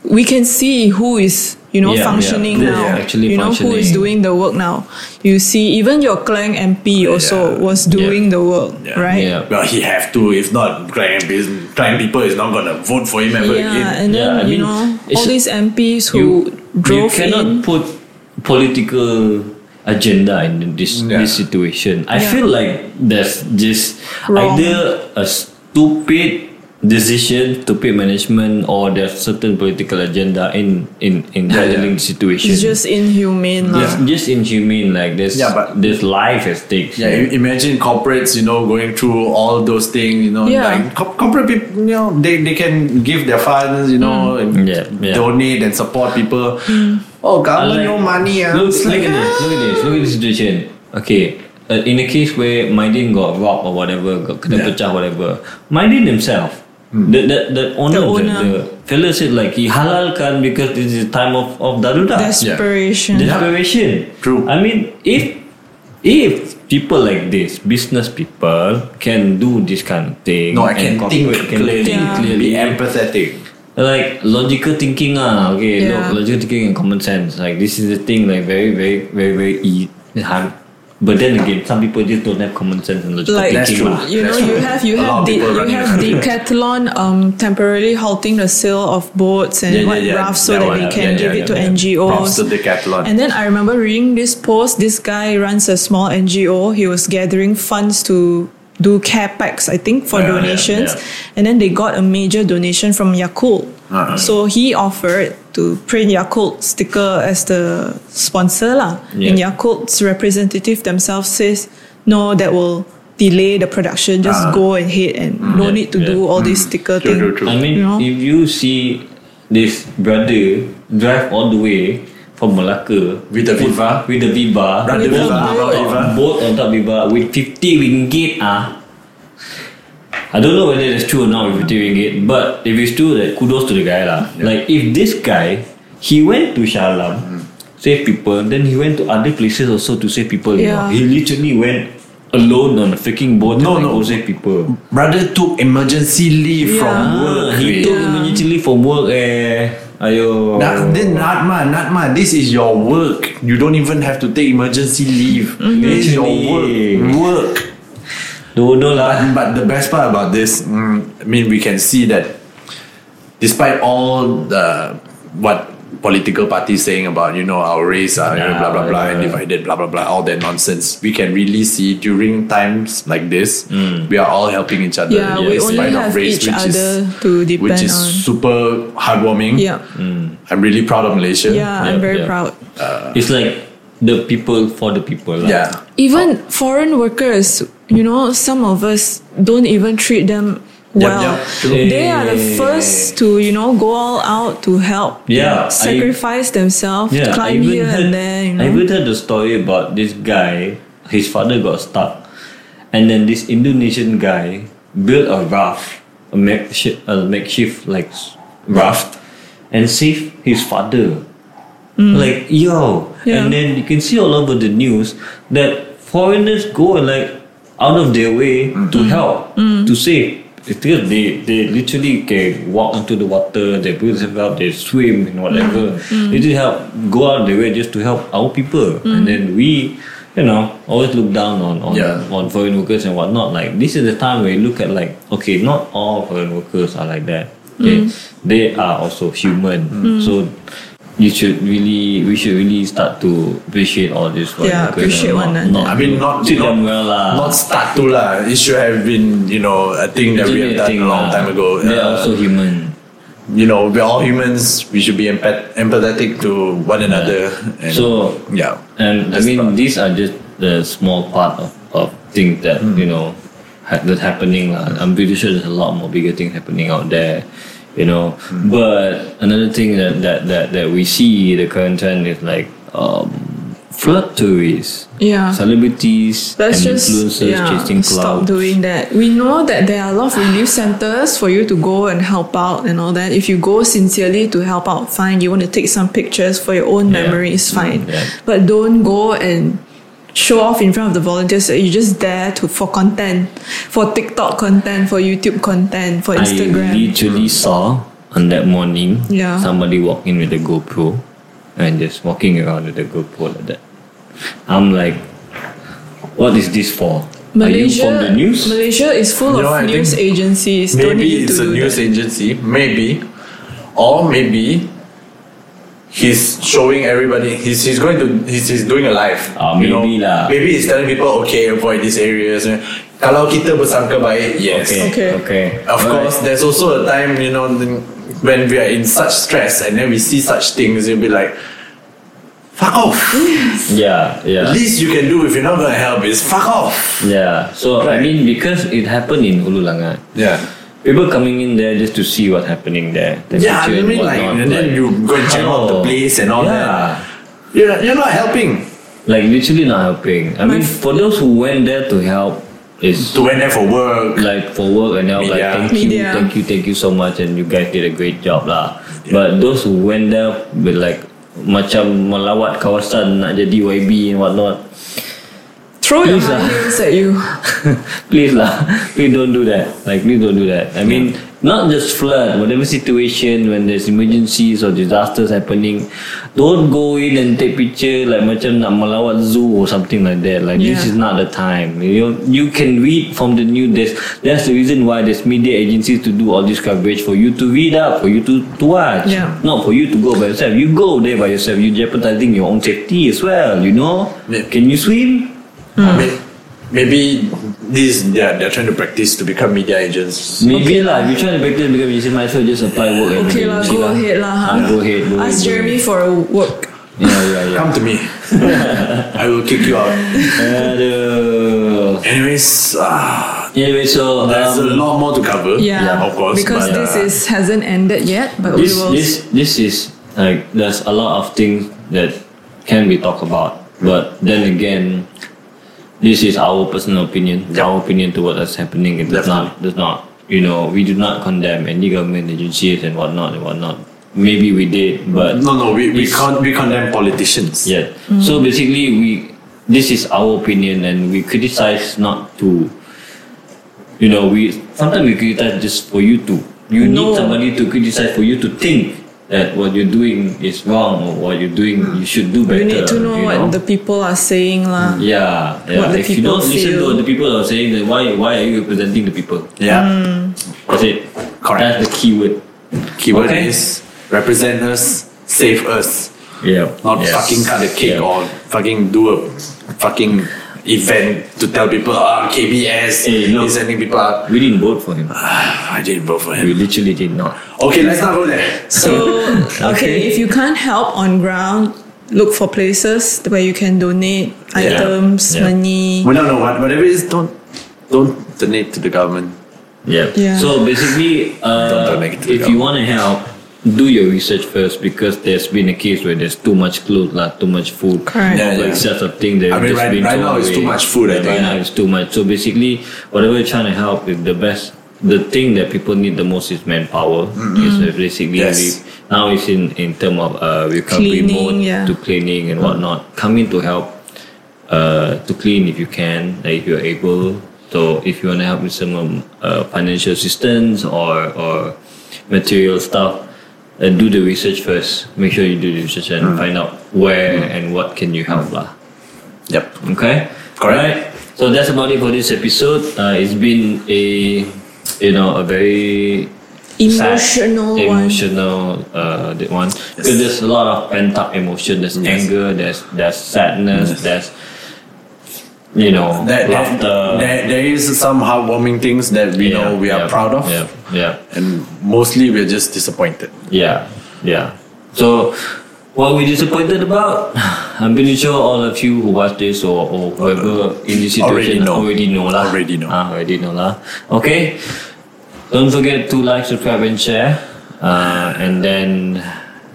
Speaker 3: we can see who is, you know,
Speaker 1: Yeah, yeah.
Speaker 3: functioning
Speaker 1: Who
Speaker 3: now.
Speaker 1: are actually
Speaker 3: you know, who is
Speaker 1: functioning.
Speaker 3: doing the work now. You see, even your Klang MP also
Speaker 2: Yeah.
Speaker 3: was doing the work,
Speaker 2: Yeah.
Speaker 3: right?
Speaker 1: Yeah.
Speaker 2: well, he have to. If not, client business, client people is not gonna vote for him ever
Speaker 3: Yeah,
Speaker 2: again.
Speaker 3: and then,
Speaker 1: Yeah, I
Speaker 3: you
Speaker 1: mean,
Speaker 3: know,
Speaker 1: it's-
Speaker 3: all these MPs who
Speaker 1: you
Speaker 3: drove
Speaker 1: cannot
Speaker 3: in.
Speaker 1: put political agenda in this
Speaker 2: Yeah.
Speaker 1: this situation. I
Speaker 3: Yeah.
Speaker 1: feel like there's just
Speaker 3: Wrong.
Speaker 1: either a stupid decision, stupid management, or there's certain political agenda in in in
Speaker 2: Yeah,
Speaker 1: handling
Speaker 2: yeah.
Speaker 1: situation.
Speaker 3: It's just inhumane. lah.
Speaker 1: It's just inhumane. Like there's
Speaker 2: Yeah, but-
Speaker 1: there's life at stake.
Speaker 2: Yeah, i- imagine corporates, you know, going through all those things, you know,
Speaker 3: Yeah.
Speaker 2: like co- corporate people, you know, they, they can give their funds, you know,
Speaker 3: Mm.
Speaker 2: and
Speaker 1: Yeah, yeah.
Speaker 2: donate and support people. Oh,
Speaker 1: Like,
Speaker 2: government no money. ah.
Speaker 1: Look,
Speaker 2: It's
Speaker 1: look
Speaker 2: like,
Speaker 1: at this. Look at this. Look at this situation. Okay. Uh, in a case where Maidin got robbed or whatever, got kena
Speaker 2: Yeah. Hmm.
Speaker 1: pecah whatever, Maidin himself, the, the, the owner, the,
Speaker 3: owner.
Speaker 1: the fella said like he halalkan because this is time of, of daruda.
Speaker 3: Desperation.
Speaker 1: Desperation.
Speaker 2: True.
Speaker 1: I mean, if if people like this, business people, can do this kind of thing.
Speaker 2: no, I
Speaker 1: and
Speaker 2: can think
Speaker 1: corporate can
Speaker 2: clearly,
Speaker 3: Yeah.
Speaker 2: be empathetic.
Speaker 1: like logical thinking ah okay
Speaker 3: Yeah.
Speaker 1: look logical thinking and common sense like this is the thing like very very very very e- hard But then again, some people just don't have common sense and logical
Speaker 3: like
Speaker 2: That's
Speaker 1: thinking. ah.
Speaker 2: true.
Speaker 1: lah.
Speaker 3: you know
Speaker 2: That's
Speaker 3: you
Speaker 2: true.
Speaker 3: have you
Speaker 2: A lot
Speaker 3: have
Speaker 2: of
Speaker 3: the,
Speaker 2: people
Speaker 3: you
Speaker 2: running
Speaker 3: have
Speaker 2: around.
Speaker 3: decathlon um temporarily halting the sale of boats and
Speaker 2: Yeah, yeah,
Speaker 3: what
Speaker 2: yeah.
Speaker 3: rafts so
Speaker 2: That
Speaker 3: that,
Speaker 2: one, uh,
Speaker 3: they
Speaker 2: yeah,
Speaker 3: can
Speaker 2: yeah,
Speaker 3: give
Speaker 2: yeah,
Speaker 3: it to
Speaker 2: yeah. Props
Speaker 3: NGOs
Speaker 2: to Decathlon.
Speaker 3: and then I remember reading this post this guy runs a small NGO he was gathering funds to do care packs I think for
Speaker 2: Yeah, yeah,
Speaker 3: donations
Speaker 1: yeah.
Speaker 3: and then they got a major donation from Yakult
Speaker 2: Ah.
Speaker 3: so he offered to print Yakult sticker as the sponsor lah and
Speaker 1: Yeah.
Speaker 3: Yakult's representative themselves says no that will delay the production just
Speaker 2: Ah. Mm.
Speaker 3: go ahead and no
Speaker 1: Yeah,
Speaker 3: need to
Speaker 1: yeah.
Speaker 3: do all this sticker
Speaker 2: True,
Speaker 3: thing
Speaker 2: true, true.
Speaker 1: I mean,
Speaker 3: You know?
Speaker 1: if you see this brother drive all the way from Malacca
Speaker 2: With the
Speaker 1: put-
Speaker 2: Viva.
Speaker 1: with the Viva,
Speaker 2: Brother
Speaker 1: boat
Speaker 2: Viva,
Speaker 1: on
Speaker 2: brother
Speaker 1: top-
Speaker 2: Viva.
Speaker 1: boat on top Viva with 50 ringgit ah. I don't know whether that's true or not with 50 ringgit, but if it's true, like, kudos to the guy lah. Like if this guy, he went to Shalam,
Speaker 2: Hmm.
Speaker 1: save people, then he went to other places also to save people. you know.
Speaker 3: Yeah.
Speaker 1: he literally went alone on a freaking boat
Speaker 2: No,
Speaker 1: and
Speaker 2: no.
Speaker 1: go save people.
Speaker 2: Brother took emergency leave
Speaker 3: Yeah.
Speaker 2: from work.
Speaker 1: Ah, He
Speaker 2: weh.
Speaker 1: took immediately from work eh. Ayo.
Speaker 2: Na- then Natma, Natma, this is your work. You don't even have to take emergency leave.
Speaker 1: Mm-hmm.
Speaker 2: This is your
Speaker 1: Literally.
Speaker 2: work. Work.
Speaker 1: Don't know lah.
Speaker 2: But, but the best part about this, mm, I mean, we can see that despite all the what political parties saying about you know our race are you know, blah blah blah and
Speaker 1: Yeah.
Speaker 2: divided blah blah blah all that nonsense, we can really see during times like this,
Speaker 1: Mm.
Speaker 2: we are all helping each other.
Speaker 3: Yeah, we only
Speaker 2: despite of
Speaker 3: have
Speaker 2: race,
Speaker 3: each
Speaker 2: which is-
Speaker 3: other to depend
Speaker 2: which is
Speaker 3: on.
Speaker 2: super heartwarming.
Speaker 3: yeah
Speaker 1: Mm.
Speaker 2: I'm really proud of Malaysia.
Speaker 3: yeah
Speaker 1: Yeah,
Speaker 3: I'm very
Speaker 1: yeah.
Speaker 3: proud
Speaker 1: It's like the people for the people lah.
Speaker 2: yeah.
Speaker 3: even foreign workers you know some of us don't even treat them
Speaker 2: Yup,
Speaker 3: well
Speaker 2: yup, true.
Speaker 3: they are the
Speaker 1: Yeah.
Speaker 3: first to you know go all out to help
Speaker 1: Yeah, I-
Speaker 3: sacrifice themselves
Speaker 1: Yeah, I
Speaker 3: climb
Speaker 1: even
Speaker 3: here
Speaker 1: heard,
Speaker 3: and there you know
Speaker 1: I even heard the story about this guy. His father got stuck, and then this Indonesian guy built a raft, a makeshift, a makeshift like s- raft, and saved his father. Like yo,
Speaker 3: Yeah.
Speaker 1: and then you can see all over the news that foreigners go and like out of their way to help to save. It's Because they, they literally can walk into the water, they put themselves up, they swim and whatever. They just help go out of their way just to help our people. And then we, you know, always look down on on,
Speaker 2: Yeah.
Speaker 1: on foreign workers and whatnot. Like this is the time where you look at like, okay, not all foreign workers are like that.
Speaker 3: Mm.
Speaker 1: Okay. They are also human.
Speaker 2: Mm.
Speaker 1: So you should really we should really start to appreciate all this foreign
Speaker 3: Yeah,
Speaker 1: workers
Speaker 3: appreciate
Speaker 1: and
Speaker 3: one
Speaker 1: not-
Speaker 3: another.
Speaker 1: not-
Speaker 2: I mean, not
Speaker 1: treat
Speaker 2: not,
Speaker 1: them well uh, lah.
Speaker 2: not start to lah. It should have been, you know, a thing that we have done a long time ago.
Speaker 1: They're
Speaker 2: Uh,
Speaker 1: also human.
Speaker 2: you know, we're all humans. We should be empath- empathetic to one another. And
Speaker 1: So
Speaker 2: yeah,
Speaker 1: and I
Speaker 2: That's
Speaker 1: mean
Speaker 2: part.
Speaker 1: these are just the small part of, of things that you know ha- that's happening. lah. I'm pretty sure there's a lot more bigger things happening out there. You know, but another thing that, that, that, that we see the current trend is like um, flood tourists,
Speaker 3: Yeah.
Speaker 1: celebrities,
Speaker 3: Let's
Speaker 1: and
Speaker 3: just
Speaker 1: influencers
Speaker 3: yeah,
Speaker 1: chasing
Speaker 3: stop
Speaker 1: clouds.
Speaker 3: doing that. We know that there are a lot of relief centers for you to go and help out and all that. If you go sincerely to help out, fine. You want to take some pictures for your own
Speaker 1: Yeah.
Speaker 3: memory, it's fine.
Speaker 1: yeah.
Speaker 3: But don't go and show off in front of the volunteers that you're just there to for content, for TikTok content, for YouTube content, for
Speaker 1: I
Speaker 3: Instagram.
Speaker 1: literally saw on that morning
Speaker 3: Yeah.
Speaker 1: somebody walk in with a GoPro and just walking around with a GoPro like that. I'm like, what is this for? Are
Speaker 3: Malaysia,
Speaker 1: you from the news?
Speaker 3: Malaysia is full
Speaker 2: You know, I
Speaker 3: of
Speaker 2: think
Speaker 3: news agencies. don't
Speaker 2: maybe
Speaker 3: need
Speaker 2: it's
Speaker 3: to
Speaker 2: a
Speaker 3: do
Speaker 2: news
Speaker 3: that.
Speaker 2: agency. Maybe, or maybe he's showing everybody. He's he's going to he's, he's doing a live.
Speaker 1: Ah,
Speaker 2: you know.
Speaker 1: maybe lah.
Speaker 2: Maybe he's telling people, okay, avoid these areas. Kalau kita bersangka baik, yes.
Speaker 3: Okay.
Speaker 1: Okay.
Speaker 2: Of
Speaker 1: Alright.
Speaker 2: course, there's also a time, you know, the- when we are in such stress and then we see such things, you'll be like, fuck off.
Speaker 1: Yeah, yeah.
Speaker 2: Least you can do if you're not gonna help is fuck off.
Speaker 1: Yeah. So I
Speaker 2: Right.
Speaker 1: mean because it happened in Ulu Langat.
Speaker 2: Yeah.
Speaker 1: People coming in there just to see what's happening there.
Speaker 2: Yeah, I
Speaker 1: Temperature
Speaker 2: mean, like,
Speaker 1: whatnot,
Speaker 2: and then you go and check out the
Speaker 1: how?
Speaker 2: place and all
Speaker 1: Yeah.
Speaker 2: that. You're not, you're not helping.
Speaker 1: Like literally not helping. I mean,
Speaker 3: My f-
Speaker 1: for those who went there to help, is
Speaker 2: To went there for work.
Speaker 1: like for work and now like
Speaker 2: Media.
Speaker 1: thank you,
Speaker 3: Media.
Speaker 1: thank you, thank you so much, and you guys did a great job lah. But those who went there with like macam melawat kawasan nak jadi YB and whatnot,
Speaker 3: Throw your
Speaker 1: Please
Speaker 2: uh,
Speaker 1: lah.
Speaker 3: high heels at you.
Speaker 1: please lah, please don't do that. Like please don't do that. I mean, Not just flood, whatever situation when there's emergencies or disasters happening, don't go in and take picture like macam nak melawat zoo or something like that. Like this is
Speaker 3: Yeah.
Speaker 1: not the time. You know, you can read from the news. There's, that's the reason why there's media agencies to do all this coverage for you to read up, for you to, to watch.
Speaker 3: Yeah.
Speaker 1: Not for you to go by yourself. You go there by yourself. You're jeopardizing your own safety as well. You know.
Speaker 2: Yeah.
Speaker 1: Can you swim?
Speaker 2: May- Maybe this they're, they're trying to practice to become media agents.
Speaker 1: Maybe lah. If you try to practice become a musician, might as well just apply work. and
Speaker 3: Okay
Speaker 1: become a
Speaker 3: lah, go
Speaker 1: musician
Speaker 3: ahead lah.
Speaker 1: Ah,
Speaker 3: Huh?
Speaker 1: Go ahead. Go
Speaker 3: Ask
Speaker 1: ahead, go
Speaker 3: Jeremy
Speaker 1: ahead.
Speaker 3: for a work.
Speaker 1: Yeah, yeah, yeah.
Speaker 2: Come to me. I will kick you out.
Speaker 1: Aduh.
Speaker 2: Anyways, ah,
Speaker 1: Anyway, so
Speaker 2: there's a
Speaker 1: um,
Speaker 2: lot more to cover.
Speaker 3: Yeah,
Speaker 2: of course.
Speaker 3: Because
Speaker 2: but,
Speaker 3: this
Speaker 2: uh,
Speaker 3: is hasn't ended yet, but
Speaker 1: this
Speaker 3: we will.
Speaker 1: this this is like there's a lot of things that can be talked about, but then again, this is our personal opinion. Our opinion to what is happening. It does not does not you know we do not condemn any government agencies and whatnot and whatnot. Maybe we did, but
Speaker 2: no, no, we, we
Speaker 1: This-
Speaker 2: can't we condemn politicians.
Speaker 1: Yeah.
Speaker 3: Mm.
Speaker 1: So basically, we this is our opinion, and we criticize not to. You know, we sometimes we criticize just for you to. You
Speaker 3: No.
Speaker 1: need somebody to criticize for you to think that what you're doing is wrong or what you're doing you should do better.
Speaker 3: you need to know
Speaker 1: you Mm,
Speaker 3: what the people are saying lah.
Speaker 1: yeah, yeah.
Speaker 3: what the
Speaker 1: if you
Speaker 3: people
Speaker 1: don't listen to
Speaker 3: feel.
Speaker 1: what the people are saying, then why why are you representing the people? Mm.
Speaker 2: Yeah.
Speaker 1: That's it.
Speaker 2: Correct.
Speaker 1: That's the key word.
Speaker 2: Keyword
Speaker 1: Okay.
Speaker 2: is represent us, save us.
Speaker 1: Yeah.
Speaker 2: Not
Speaker 1: Yes.
Speaker 2: fucking cut a cake
Speaker 1: Yeah.
Speaker 2: or fucking do a fucking event to tell people ah KBS
Speaker 1: Hey, look.
Speaker 2: is sending people out.
Speaker 1: We didn't vote for
Speaker 2: Ah,
Speaker 1: him.
Speaker 2: I didn't vote for
Speaker 1: We
Speaker 2: him.
Speaker 1: literally did not.
Speaker 2: Okay, let's not go there.
Speaker 3: So okay. if you can't help on ground, look for places where you can donate items,
Speaker 1: Yeah.
Speaker 3: money.
Speaker 2: Well, no, no, what- whatever it is, don't don't donate to the government.
Speaker 1: Yep.
Speaker 3: Yeah.
Speaker 1: So basically, uh,
Speaker 2: Don't make it to the
Speaker 1: if you want to help, do your research first because there's been a case where there's too much clothes, lah, too much food.
Speaker 3: Correct.
Speaker 2: Yeah,
Speaker 1: Like
Speaker 2: yeah.
Speaker 1: sort of thing that
Speaker 2: I mean,
Speaker 1: just
Speaker 2: right-
Speaker 1: been
Speaker 2: right
Speaker 1: thrown
Speaker 2: now it's
Speaker 1: away.
Speaker 2: too much food, I
Speaker 1: Yeah,
Speaker 2: think.
Speaker 1: Right now it's too much. So basically, whatever you're trying to help is the best. The thing that people need the most is manpower. It's basically
Speaker 2: Mm-hmm. Yes.
Speaker 1: we- now it's in in term of uh, recovery
Speaker 3: Cleaning,
Speaker 1: mode
Speaker 3: yeah.
Speaker 1: to cleaning and whatnot. Come in to help uh, to clean if you can, like if you're able. So if you want to help with some um, uh, financial assistance or or material stuff, uh, do the research first. Make sure you do the research and find out where and what can you help lah.
Speaker 2: Yep.
Speaker 1: Okay. Alright.
Speaker 2: Correct.
Speaker 1: So that's about it for this episode. Uh, it's been a you know a very sad,
Speaker 3: Emotional one.
Speaker 1: emotional uh, that one because there's a lot of pent up emotion. There's anger. There's there's sadness. There's you know
Speaker 2: There, there,
Speaker 1: laughter.
Speaker 2: there- there is some heartwarming things that we know we are
Speaker 1: yeah,
Speaker 2: proud of,
Speaker 1: Yeah. Yeah.
Speaker 2: and mostly we're just disappointed.
Speaker 1: Yeah, yeah. So, what we disappointed about? I'm pretty sure all of you who watch this or, or whoever in this
Speaker 2: Uh, Already
Speaker 1: situation
Speaker 2: know.
Speaker 1: already know lah.
Speaker 2: Already know.
Speaker 1: Ah, already know lah. Okay. Don't forget to like, subscribe, and share. Uh, and then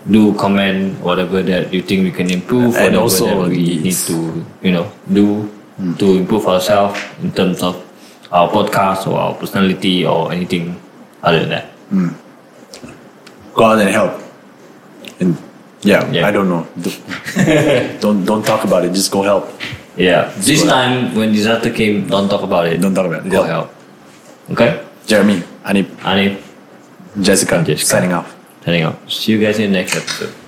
Speaker 1: do comment whatever that you think we can improve,
Speaker 2: And
Speaker 1: whatever
Speaker 2: also
Speaker 1: that we need
Speaker 2: it's-
Speaker 1: to
Speaker 2: Hmm.
Speaker 1: you know do to improve ourselves in terms of our podcast or our personality or anything other than that.
Speaker 2: Go out and help. And yeah,
Speaker 1: Yeah.
Speaker 2: I don't know. don't don't talk about it. Just go help.
Speaker 1: Yeah. This time when disaster came, don't talk about it.
Speaker 2: Don't talk about it.
Speaker 1: Go
Speaker 2: Yeah.
Speaker 1: help. Okay?
Speaker 2: Jeremy, Anip,
Speaker 1: Anip,
Speaker 2: Jessica,
Speaker 1: Jessica.
Speaker 2: signing off.
Speaker 1: signing out. See you guys in the next episode.